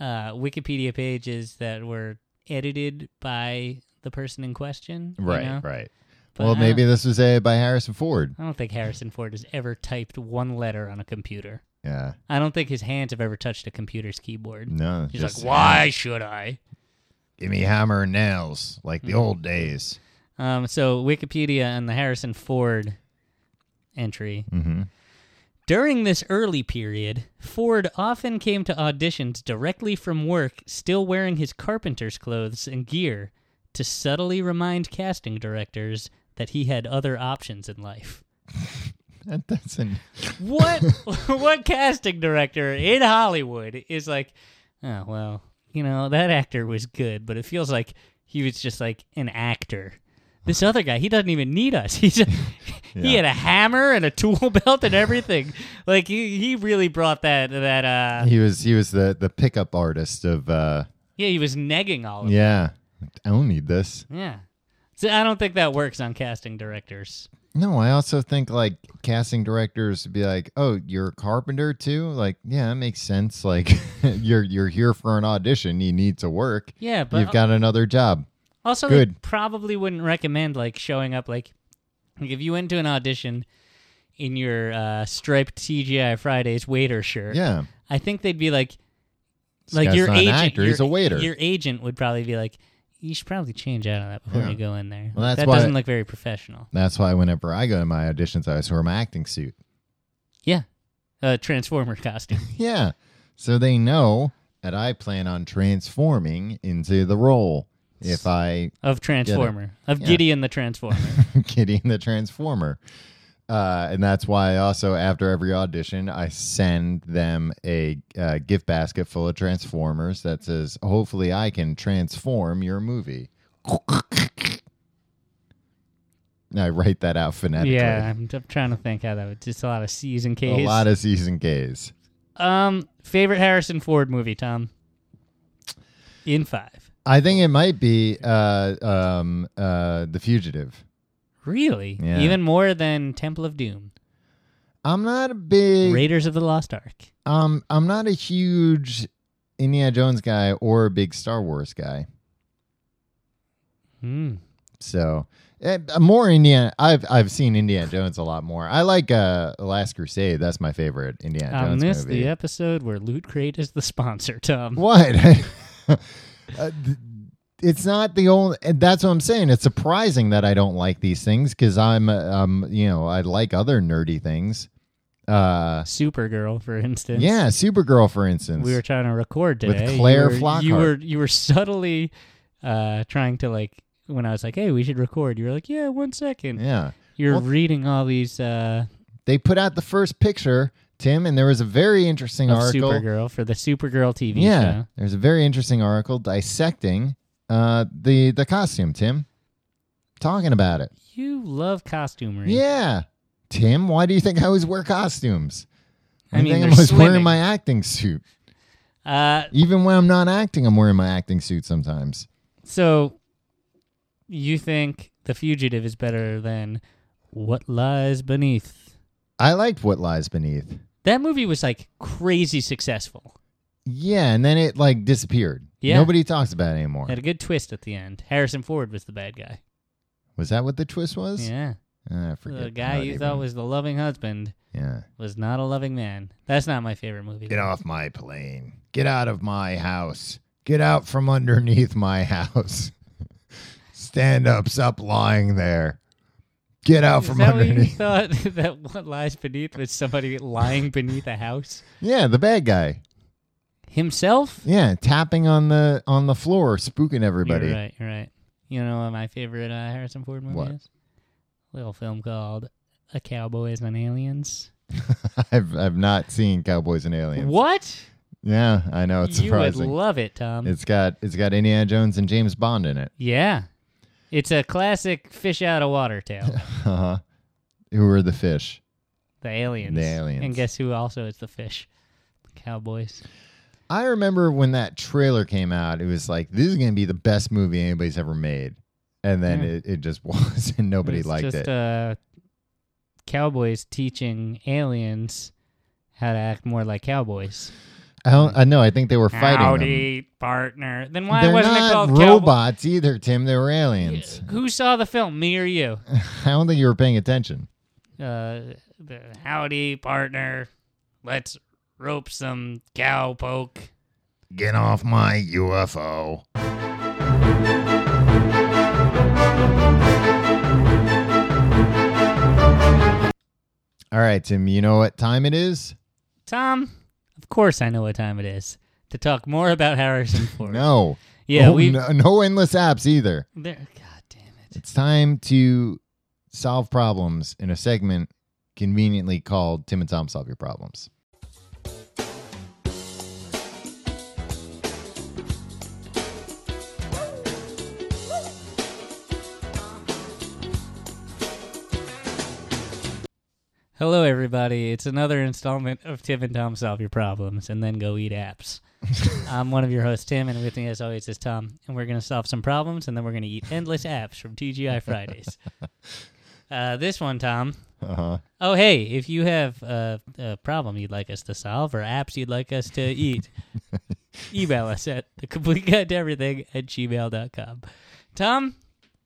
Speaker 2: uh, Wikipedia pages that were edited by the person in question. you
Speaker 1: right.
Speaker 2: know?
Speaker 1: Right.
Speaker 2: But
Speaker 1: well,
Speaker 2: I
Speaker 1: maybe
Speaker 2: don't-
Speaker 1: this was edited by Harrison Ford.
Speaker 2: I don't think Harrison Ford has ever typed one letter on a computer.
Speaker 1: Yeah.
Speaker 2: I don't think his hands have ever touched a computer's keyboard.
Speaker 1: No.
Speaker 2: He's like,
Speaker 1: Mm, just-
Speaker 2: why should I?
Speaker 1: Give me hammer and nails like
Speaker 2: Mm-hmm.
Speaker 1: the old days.
Speaker 2: Um, so, Wikipedia and the Harrison Ford entry
Speaker 1: Mm-hmm.
Speaker 2: During this early period, Ford often came to auditions directly from work, still wearing his carpenter's clothes and gear, to subtly remind casting directors that he had other options in life.
Speaker 1: That doesn't.
Speaker 2: What what casting director in Hollywood is like, oh well, you know, that actor was good, but it feels like he was just like an actor. This other guy, he doesn't even need us. He's a, he
Speaker 1: Yeah.
Speaker 2: had a hammer and a tool belt and everything. like he, he really brought that that uh
Speaker 1: He was he was the the pickup artist of uh
Speaker 2: yeah, he was negging all of it.
Speaker 1: yeah. I don't need this.
Speaker 2: Yeah. So I don't think that works on casting directors.
Speaker 1: No, I also think like casting directors would be like, "Oh, you're a carpenter too?" Like, yeah, that makes sense. Like you're you're here for an audition, you need to work.
Speaker 2: Yeah, but
Speaker 1: You've got another job.
Speaker 2: Also,
Speaker 1: Good.
Speaker 2: they probably wouldn't recommend like showing up like, like if you went to an audition in your uh, striped TGI Fridays waiter shirt.
Speaker 1: Yeah.
Speaker 2: I think they'd be like,
Speaker 1: This guy's not an actor, he's a
Speaker 2: your-
Speaker 1: waiter.
Speaker 2: Your agent would probably be like, "You should probably change out on that before
Speaker 1: Yeah.
Speaker 2: you go in there.
Speaker 1: Well, that's
Speaker 2: that
Speaker 1: why-
Speaker 2: doesn't look very professional."
Speaker 1: That's why whenever I go to my auditions, I always wear my acting suit.
Speaker 2: Yeah, a Uh, transformer costume.
Speaker 1: Yeah. So they know that I plan on transforming into the role if I
Speaker 2: of Transformer of Gideon the Transformer.
Speaker 1: Kitty and the Transformer. Uh, and that's why also after every audition, I send them a uh, gift basket full of Transformers that says, "Hopefully, I can transform your movie." And I write that out phonetically.
Speaker 2: yeah, I'm, I'm trying to think how that would just a lot of C's and K's.
Speaker 1: a lot of season K's.
Speaker 2: um favorite Harrison Ford movie, Tom. In five,
Speaker 1: I think it might be uh, um, uh, the fugitive.
Speaker 2: really?
Speaker 1: Yeah.
Speaker 2: Even more than Temple of Doom,
Speaker 1: I'm not a big
Speaker 2: Raiders of the Lost Ark.
Speaker 1: um I'm not a huge Indiana Jones guy or a big Star Wars guy.
Speaker 2: Hmm.
Speaker 1: So eh, more Indiana I've I've seen Indiana Jones a lot more. I like uh Last Crusade. That's my favorite Indiana
Speaker 2: I
Speaker 1: Jones
Speaker 2: missed
Speaker 1: movie.
Speaker 2: the episode where Loot Crate is the sponsor, Tom.
Speaker 1: What? Uh, th- it's not the only. and That's what I'm saying. It's surprising that I don't like these things because I'm, uh, um, you know, I like other nerdy things. Uh,
Speaker 2: Supergirl, for instance.
Speaker 1: yeah, Supergirl, for instance.
Speaker 2: we were trying to record
Speaker 1: With
Speaker 2: today You
Speaker 1: Claire
Speaker 2: were- You
Speaker 1: Flockhart.
Speaker 2: were you were subtly uh, trying to like when I was like, "Hey, we should record." You were like, "Yeah, one second.
Speaker 1: yeah,
Speaker 2: You're
Speaker 1: Well-
Speaker 2: reading all these uh,
Speaker 1: they put out the first picture, Tim, and there was a very interesting
Speaker 2: of
Speaker 1: article.
Speaker 2: Supergirl for the Supergirl TV
Speaker 1: yeah,
Speaker 2: show.
Speaker 1: there's a very interesting article dissecting uh, the the costume, Tim. Talking about it.
Speaker 2: You love costumery.
Speaker 1: Yeah. Tim, why do you think I always wear costumes?
Speaker 2: I
Speaker 1: I,
Speaker 2: mean,
Speaker 1: think
Speaker 2: they're
Speaker 1: I'm always
Speaker 2: swimming.
Speaker 1: wearing my acting suit.
Speaker 2: Uh,
Speaker 1: Even when I'm not acting, I'm wearing my acting suit sometimes.
Speaker 2: so you think The Fugitive is better than What Lies Beneath?
Speaker 1: I liked What Lies Beneath.
Speaker 2: That movie was like crazy successful.
Speaker 1: Yeah, and then it like disappeared.
Speaker 2: Yeah.
Speaker 1: Nobody talks about it anymore.
Speaker 2: Had a good twist at the end. Harrison Ford was the bad guy.
Speaker 1: was that what the twist was?
Speaker 2: Yeah.
Speaker 1: Uh, I forget.
Speaker 2: The
Speaker 1: how
Speaker 2: guy
Speaker 1: it
Speaker 2: you
Speaker 1: even-
Speaker 2: thought was the loving husband
Speaker 1: Yeah.
Speaker 2: was not a loving man. That's not my favorite movie.
Speaker 1: Get off my plane. Get out of my house. Get out from underneath my house. Stand up, stop lying there. Get out
Speaker 2: Is
Speaker 1: from
Speaker 2: that what you
Speaker 1: underneath.
Speaker 2: thought that what lies beneath was somebody lying beneath a house?
Speaker 1: Yeah, the bad guy.
Speaker 2: Himself?
Speaker 1: Yeah, tapping on the on the floor, spooking everybody.
Speaker 2: You're right, you're right. You know what my favorite uh, Harrison Ford movie
Speaker 1: What?
Speaker 2: is? A little film called A Cowboy is an Aliens.
Speaker 1: I've I've not seen Cowboys and Aliens.
Speaker 2: What?
Speaker 1: Yeah, I know it's
Speaker 2: you would
Speaker 1: surprising.
Speaker 2: love it, Tom.
Speaker 1: it's got it's got Indiana Jones and James Bond in it.
Speaker 2: yeah. It's a classic fish out of water tale.
Speaker 1: Uh-huh. Who are the fish?
Speaker 2: The aliens.
Speaker 1: The aliens.
Speaker 2: And guess who also is the fish? The Cowboys.
Speaker 1: I remember when that trailer came out, it was like this is going to be the best movie anybody's ever made. And then
Speaker 2: Yeah.
Speaker 1: it, it just was and nobody
Speaker 2: it's
Speaker 1: liked
Speaker 2: just,
Speaker 1: it.
Speaker 2: Uh, cowboys teaching aliens how to act more like cowboys.
Speaker 1: I don't I know, I think they were fighting them.
Speaker 2: Howdy, partner. Then why
Speaker 1: They're
Speaker 2: wasn't
Speaker 1: not
Speaker 2: it called
Speaker 1: robots either, Tim. They were aliens.
Speaker 2: Cowboy? Who saw the film? Me or you?
Speaker 1: I don't think you were paying attention.
Speaker 2: Uh, the howdy, partner. Let's rope some cowpoke.
Speaker 1: Get off my UFO. All right, Tim, you know what time it is?
Speaker 2: Tom, of course I know what time it is to talk more about Harrison Ford.
Speaker 1: No.
Speaker 2: Yeah,
Speaker 1: Oh,
Speaker 2: we.
Speaker 1: no, no endless apps either.
Speaker 2: There, God damn it.
Speaker 1: It's time to solve problems in a segment conveniently called Tim and Tom Solve Your Problems.
Speaker 2: Hello, everybody. It's another installment of Tim and Tom Solve Your Problems and Then Go Eat Apps. I'm one of your hosts, Tim, and with me, as always, is Tom. And we're going to solve some problems and then we're going to eat endless apps from TGI Fridays. uh, this one, Tom.
Speaker 1: Uh-huh.
Speaker 2: Oh, hey, if you have a, a problem you'd like us to solve or apps you'd like us to eat, email us at the complete guide to everything at gmail.com. Tom,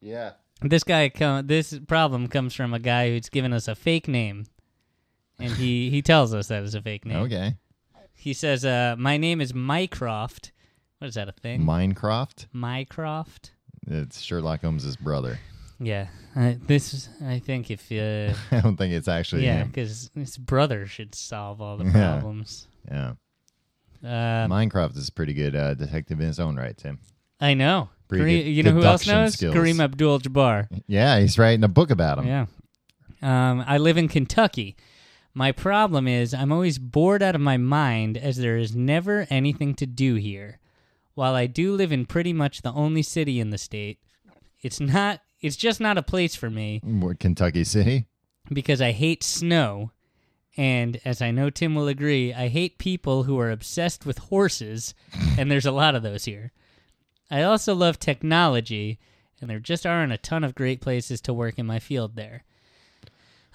Speaker 1: Yeah.
Speaker 2: this guy com- this problem comes from a guy who's given us a fake name and he he tells us that it's a fake name
Speaker 1: Okay.
Speaker 2: He says, uh, "My name is Mycroft. What is that a thing?
Speaker 1: Minecraft.
Speaker 2: Mycroft.
Speaker 1: It's Sherlock Holmes's brother.
Speaker 2: Yeah. I this is, I think if uh,
Speaker 1: I don't think it's actually
Speaker 2: yeah,
Speaker 1: him.
Speaker 2: because his brother should solve all the
Speaker 1: Yeah.
Speaker 2: problems.
Speaker 1: Yeah.
Speaker 2: Uh,
Speaker 1: Minecraft is a pretty good uh, detective in his own right, Tim.
Speaker 2: I know.
Speaker 1: Pretty
Speaker 2: Kareem-
Speaker 1: good
Speaker 2: you know who else
Speaker 1: deduction
Speaker 2: knows?
Speaker 1: skills.
Speaker 2: Kareem Abdul-Jabbar.
Speaker 1: Yeah, he's writing a book about him.
Speaker 2: Yeah. Um, I live in Kentucky. My problem is I'm always bored out of my mind as there is never anything to do here. While I do live in pretty much the only city in the state, it's not it's just not a place for me
Speaker 1: What, Kentucky City.
Speaker 2: because I hate snow and as I know Tim will agree, I hate people who are obsessed with horses and there's a lot of those here. I also love technology, and there just aren't a ton of great places to work in my field there.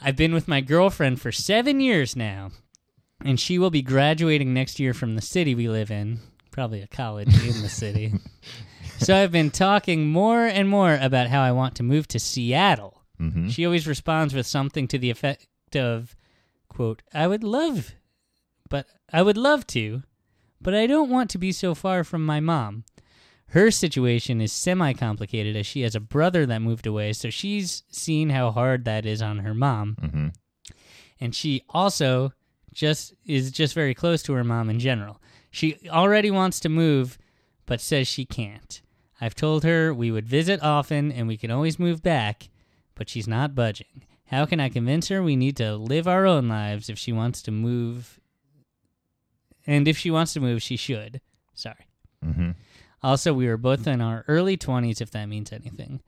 Speaker 2: I've been with my girlfriend for seven years now, and she will be graduating next year from the city we live in, probably a college in the city. So I've been talking more and more about how I want to move to Seattle.
Speaker 1: Mhm.
Speaker 2: She always responds with something to the effect of, quote, I would love, but I would love to, but I don't want to be so far from my mom. Her situation is semi complicated as she has a brother that moved away, so she's seen how hard that is on her mom.
Speaker 1: Mhm.
Speaker 2: And she also just is just very close to her mom in general. She already wants to move, but says she can't. I've told her we would visit often and we can always move back, but she's not budging. How can I convince her we need to live our own lives if she wants to move? And if she wants to move, she should. Sorry.
Speaker 1: Mhm.
Speaker 2: Also, we were both in our early 20s, if that means anything.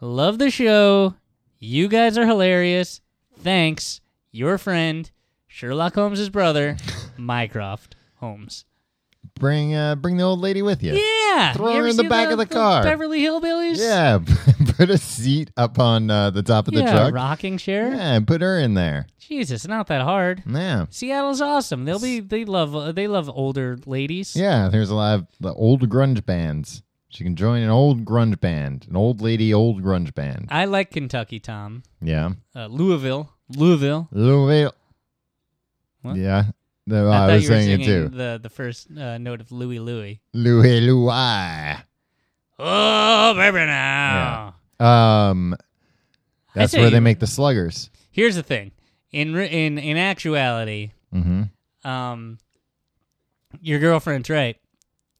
Speaker 2: Love the show. You guys are hilarious. Thanks. Your friend, Sherlock Holmes' brother, Mycroft Holmes.
Speaker 1: Bring uh, bring the old lady with you.
Speaker 2: Yeah.
Speaker 1: Throw
Speaker 2: You
Speaker 1: her
Speaker 2: ever
Speaker 1: in the
Speaker 2: see
Speaker 1: back of the car.
Speaker 2: Beverly Hillbillies?
Speaker 1: Yeah, put a seat up on uh, the top of the
Speaker 2: yeah,
Speaker 1: truck.
Speaker 2: rocking chair.
Speaker 1: Yeah, and put her in there.
Speaker 2: Jesus, not that hard.
Speaker 1: Yeah.
Speaker 2: Seattle's awesome. They'll be they love uh, they love older ladies.
Speaker 1: Yeah, there's a lot of the old grunge bands. She can join an old grunge band, an old lady old grunge band.
Speaker 2: I like Kentucky, Tom.
Speaker 1: Yeah.
Speaker 2: Uh, Louisville, Louisville.
Speaker 1: Louisville.
Speaker 2: What?
Speaker 1: Yeah. No,
Speaker 2: I
Speaker 1: Oh, I,
Speaker 2: thought
Speaker 1: was
Speaker 2: you were
Speaker 1: saying it
Speaker 2: singing
Speaker 1: too.
Speaker 2: the the first uh, note of Louie Louie.
Speaker 1: Louis Louis.
Speaker 2: Oh, baby now.
Speaker 1: Um, that's
Speaker 2: say
Speaker 1: where they
Speaker 2: you-
Speaker 1: make the sluggers.
Speaker 2: Here's the thing. In re- in in actuality,
Speaker 1: Mm-hmm.
Speaker 2: um, your girlfriend's right.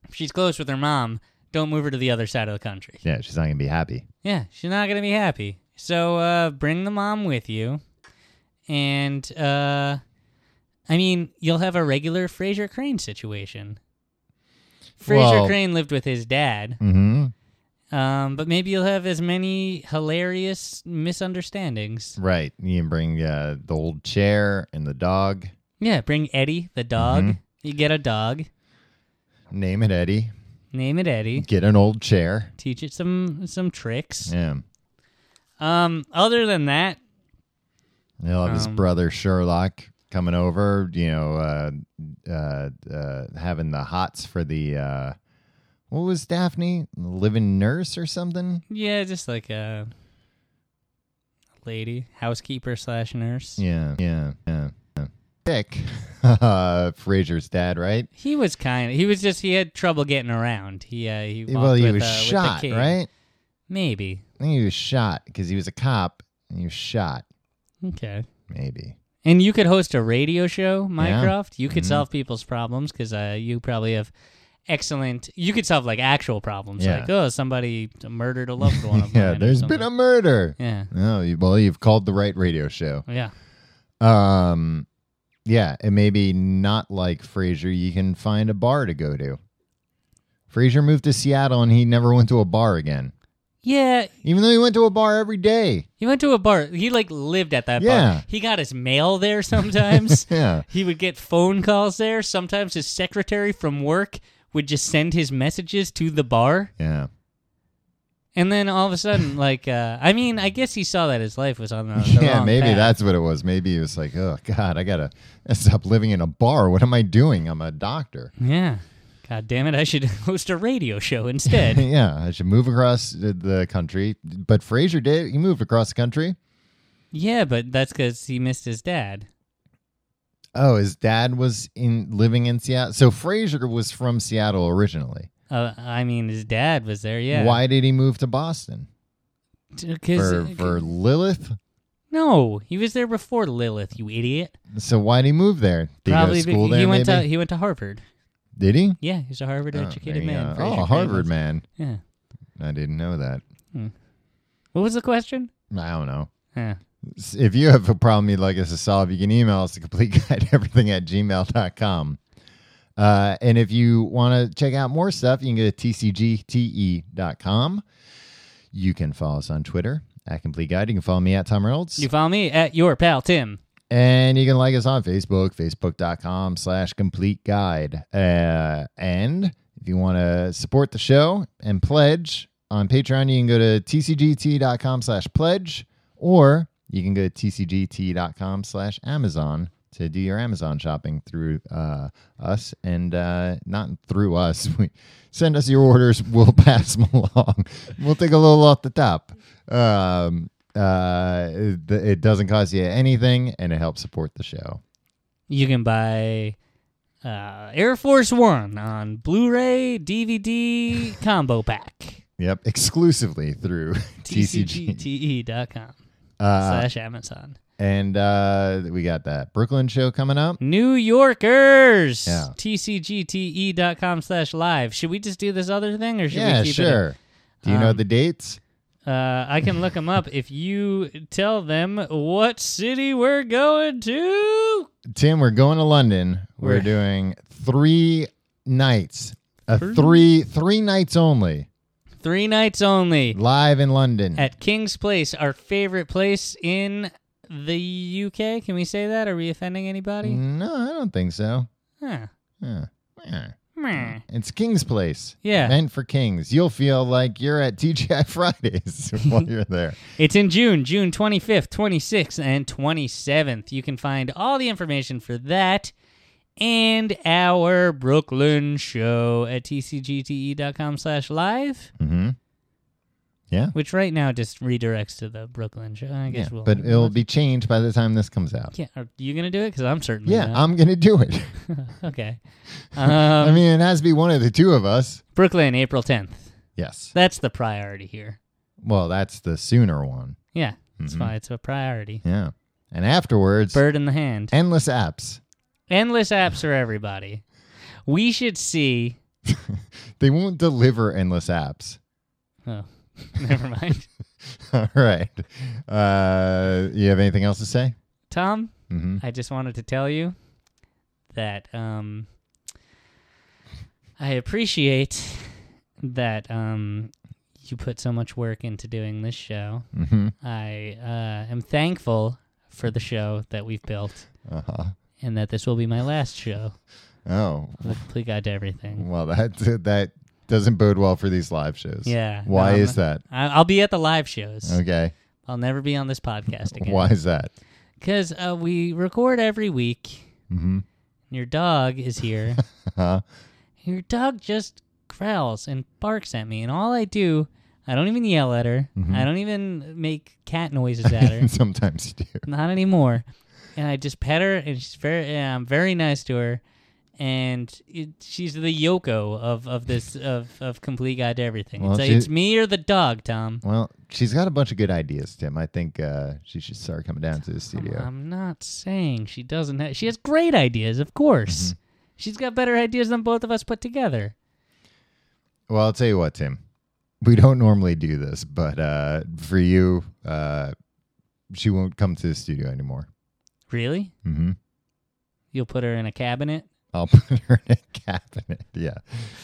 Speaker 2: If she's close with her mom, don't move her to the other side of the country.
Speaker 1: Yeah, she's not gonna be happy.
Speaker 2: Yeah, she's not gonna be happy. So uh, bring the mom with you, and uh, I mean, you'll have a regular Fraser Crane situation. Fraser
Speaker 1: Well-
Speaker 2: Crane lived with his dad,
Speaker 1: Mm-hmm.
Speaker 2: um, but maybe you'll have as many hilarious misunderstandings.
Speaker 1: Right. You can bring uh, the old chair and the dog.
Speaker 2: Yeah, bring Eddie the dog.
Speaker 1: Mhm.
Speaker 2: You get a dog,
Speaker 1: Name it Eddie.
Speaker 2: name it Eddie.
Speaker 1: Get an old chair.
Speaker 2: Teach it some some tricks.
Speaker 1: Mm. Yeah.
Speaker 2: Um, other than that,
Speaker 1: He'll have his
Speaker 2: Um,
Speaker 1: brother Sherlock coming over. You know, uh, uh, uh, having the hots for the uh, what was Daphne living nurse or something?
Speaker 2: yeah, just like a lady housekeeper slash nurse.
Speaker 1: Yeah, yeah, yeah. yeah. Dick, uh, Fraser's dad, right?
Speaker 2: He was kind. He was just. He had trouble getting around. He uh, he walked
Speaker 1: Well, he
Speaker 2: with,
Speaker 1: was
Speaker 2: uh, with the
Speaker 1: shot,
Speaker 2: king.
Speaker 1: right?
Speaker 2: Maybe.
Speaker 1: I think he was shot because he was a cop and he was shot.
Speaker 2: Okay.
Speaker 1: Maybe.
Speaker 2: And you could host a radio show, Mycroft. You could
Speaker 1: Mhm.
Speaker 2: solve people's problems because uh, you probably have excellent. You could solve like actual problems,
Speaker 1: Yeah.
Speaker 2: like oh, somebody murdered a loved one. Of
Speaker 1: yeah,
Speaker 2: mine or
Speaker 1: there's been
Speaker 2: something.
Speaker 1: a murder.
Speaker 2: Yeah.
Speaker 1: No, you, well, you've called the right radio show.
Speaker 2: Yeah.
Speaker 1: Um, yeah, and maybe not like Frasier, you can find a bar to go to. Frasier moved to Seattle and he never went to a bar again,
Speaker 2: Yeah.
Speaker 1: even though he went to a bar every day.
Speaker 2: He went to a bar. He like lived at that
Speaker 1: Yeah.
Speaker 2: bar. He got his mail there sometimes.
Speaker 1: Yeah,
Speaker 2: He would get phone calls there. Sometimes his secretary from work would just send his messages to the bar.
Speaker 1: yeah,
Speaker 2: And then all of a sudden, like, uh, I mean, I guess he saw that his life was on the, the
Speaker 1: yeah.
Speaker 2: wrong
Speaker 1: Maybe
Speaker 2: path.
Speaker 1: that's what it was. Maybe he was like, "Oh God, I gotta stop living in a bar. What am I doing? I'm a doctor."
Speaker 2: Yeah. God damn it! I should host a radio show instead.
Speaker 1: yeah, I should move across the- the country. But Frasier did. He moved across the country.
Speaker 2: yeah, but that's because he missed his dad.
Speaker 1: Oh, his dad was in living in Seattle. So Frazier was from Seattle originally.
Speaker 2: Uh, I mean, his dad was there. Yeah.
Speaker 1: Why did he move to Boston?
Speaker 2: T- 'cause- uh,
Speaker 1: For for Lilith?
Speaker 2: no, he was there before Lilith. You idiot.
Speaker 1: So why did he move there? Did
Speaker 2: Probably
Speaker 1: he go to school
Speaker 2: be-
Speaker 1: there?
Speaker 2: he went
Speaker 1: maybe?
Speaker 2: to he went to Harvard.
Speaker 1: did he?
Speaker 2: Yeah, he's a
Speaker 1: Oh, there
Speaker 2: Harvard-educated
Speaker 1: you go.
Speaker 2: man. Fraser
Speaker 1: Oh,
Speaker 2: Crane
Speaker 1: Harvard
Speaker 2: was.
Speaker 1: man.
Speaker 2: Yeah.
Speaker 1: I didn't know that.
Speaker 2: What was the question? Uh,
Speaker 1: I don't know.
Speaker 2: Yeah.
Speaker 1: S- If you have a problem you'd like us to solve, you can email us the complete guide to everything at gmail.com. Uh, and if you want to check out more stuff, you can go to tcgte.com. You can follow us on Twitter at Complete Guide. You can follow me at Tom Reynolds.
Speaker 2: You follow me at your pal Tim.
Speaker 1: And you can like us on Facebook, facebook.com slash complete guide. Uh, and if you want to support the show and pledge on Patreon, you can go to tcgt.com slash pledge, or you can go to tcgt.com slash Amazon to do your Amazon shopping through uh, us and uh, not through us. We send us your orders. We'll pass them along. We'll take a little off the top. Um, uh, it, it doesn't cost you anything, and it helps support the show.
Speaker 2: You can buy uh, Air Force One on Blu-ray, DVD combo pack.
Speaker 1: Yep, exclusively through TCG.
Speaker 2: E TCGTE.com
Speaker 1: Uh,
Speaker 2: slash Amazon.
Speaker 1: and uh, we got that Brooklyn show coming up.
Speaker 2: New Yorkers.
Speaker 1: Yeah.
Speaker 2: TCGTE.com E slash live. Should we just do this other thing or should
Speaker 1: Yeah,
Speaker 2: we keep it?
Speaker 1: sure. Do you know
Speaker 2: Um,
Speaker 1: the dates?
Speaker 2: Uh, I can look them up if you tell them what city we're going to.
Speaker 1: Tim, we're going to London. We're,
Speaker 2: We're-
Speaker 1: doing three nights, a
Speaker 2: Three?
Speaker 1: three three nights only,
Speaker 2: Three nights only
Speaker 1: live in London.
Speaker 2: at King's Place, our favorite place in the UK. Can we say that? Are we offending anybody?
Speaker 1: no, I don't think so.
Speaker 2: Huh.
Speaker 1: Huh. Huh.
Speaker 2: Meh.
Speaker 1: It's King's Place.
Speaker 2: Yeah.
Speaker 1: Meant for Kings. You'll feel like you're at TGI Fridays while you're there.
Speaker 2: It's in June, June 25th, 26th, and 27th. You can find all the information for that and our Brooklyn show at tcgte.com slash live,
Speaker 1: hmm
Speaker 2: which right now just redirects to the Brooklyn show. I
Speaker 1: Yeah.
Speaker 2: guess we'll...
Speaker 1: but it'll be changed by the time this comes out.
Speaker 2: Yeah, are you going to do it? Because I'm certainly
Speaker 1: Yeah,
Speaker 2: not.
Speaker 1: I'm going to do it.
Speaker 2: okay.
Speaker 1: I
Speaker 2: Um,
Speaker 1: mean, it has to be one of the two of us.
Speaker 2: Brooklyn, April 10th.
Speaker 1: Yes.
Speaker 2: That's the priority here.
Speaker 1: Well, that's the sooner one.
Speaker 2: Yeah, that's
Speaker 1: Mhm.
Speaker 2: why it's a priority.
Speaker 1: Yeah. And afterwards,
Speaker 2: Bird in the hand.
Speaker 1: endless apps.
Speaker 2: Endless apps for everybody. We should see...
Speaker 1: They won't deliver endless apps.
Speaker 2: Oh, never mind.
Speaker 1: All right. Uh, you have anything else to say?
Speaker 2: Tom,
Speaker 1: hmm
Speaker 2: I just wanted to tell you that um, I appreciate that um, you put so much work into doing this show.
Speaker 1: hmm
Speaker 2: I uh, am thankful for the show that we've built
Speaker 1: Uh huh.
Speaker 2: and that this will be my last show.
Speaker 1: Oh,
Speaker 2: The complete guide to everything.
Speaker 1: well, that that doesn't bode well for these live shows.
Speaker 2: Yeah. Um,
Speaker 1: Why
Speaker 2: no, I'm-
Speaker 1: is that?
Speaker 2: I- I'll be at the live shows.
Speaker 1: Okay.
Speaker 2: I'll never be on this podcast again.
Speaker 1: Why is that?
Speaker 2: Because uh, we record every week.
Speaker 1: Mm-hmm.
Speaker 2: Your dog is here.
Speaker 1: Huh?
Speaker 2: Your dog just growls and barks at me, and all I do, I don't even yell at her.
Speaker 1: Mhm.
Speaker 2: I don't even make cat noises at her.
Speaker 1: Sometimes you do.
Speaker 2: Not anymore. And I just pet her, and she's very, and I'm very nice to her, and it, she's the Yoko of of this of of complete guide to everything.
Speaker 1: Well,
Speaker 2: it's, like,
Speaker 1: she-
Speaker 2: it's me or the dog, Tom.
Speaker 1: Well, she's got a bunch of good ideas, Tim. I think uh, she should start coming down to the
Speaker 2: Come on,
Speaker 1: studio.
Speaker 2: I'm not saying she doesn't have. She has great ideas, of
Speaker 1: Mm-hmm.
Speaker 2: course. She's got better ideas than both of us put together.
Speaker 1: Well, I'll tell you what, Tim. We don't normally do this, but uh, for you, uh, she won't come to the studio anymore.
Speaker 2: Really?
Speaker 1: Mm-hmm.
Speaker 2: You'll put her in a cabinet?
Speaker 1: I'll put her in a cabinet. Yeah,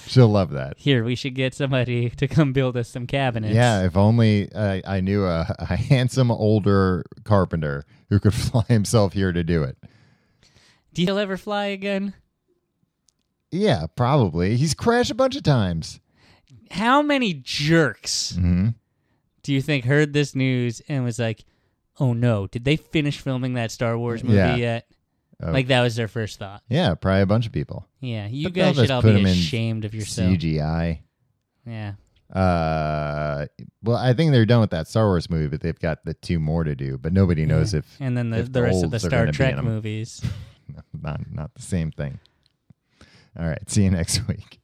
Speaker 1: she'll love that.
Speaker 2: Here, we should get somebody to come build us some cabinets.
Speaker 1: Yeah, if only uh, I knew a, a handsome older carpenter who could fly himself here to do it.
Speaker 2: Do you ever fly again?
Speaker 1: Yeah, probably. He's crashed a bunch of times.
Speaker 2: How many jerks
Speaker 1: hmm
Speaker 2: do you think heard this news and was like, oh no, did they finish filming that Star Wars movie
Speaker 1: Yeah.
Speaker 2: yet?
Speaker 1: Oh.
Speaker 2: Like, that was their first thought.
Speaker 1: Yeah, probably a bunch of people.
Speaker 2: Yeah, you
Speaker 1: But they'll
Speaker 2: guys should
Speaker 1: just
Speaker 2: all
Speaker 1: put
Speaker 2: be
Speaker 1: 'em in
Speaker 2: ashamed of yourself.
Speaker 1: CGI.
Speaker 2: Yeah.
Speaker 1: Uh, well, I think they're done with that Star Wars movie, but they've got the two more to do. But nobody knows if
Speaker 2: And then the,
Speaker 1: if
Speaker 2: the rest of the
Speaker 1: olds are
Speaker 2: Star
Speaker 1: gonna be in
Speaker 2: Trek
Speaker 1: 'em.
Speaker 2: movies.
Speaker 1: not, not the same thing. All right. See you next week.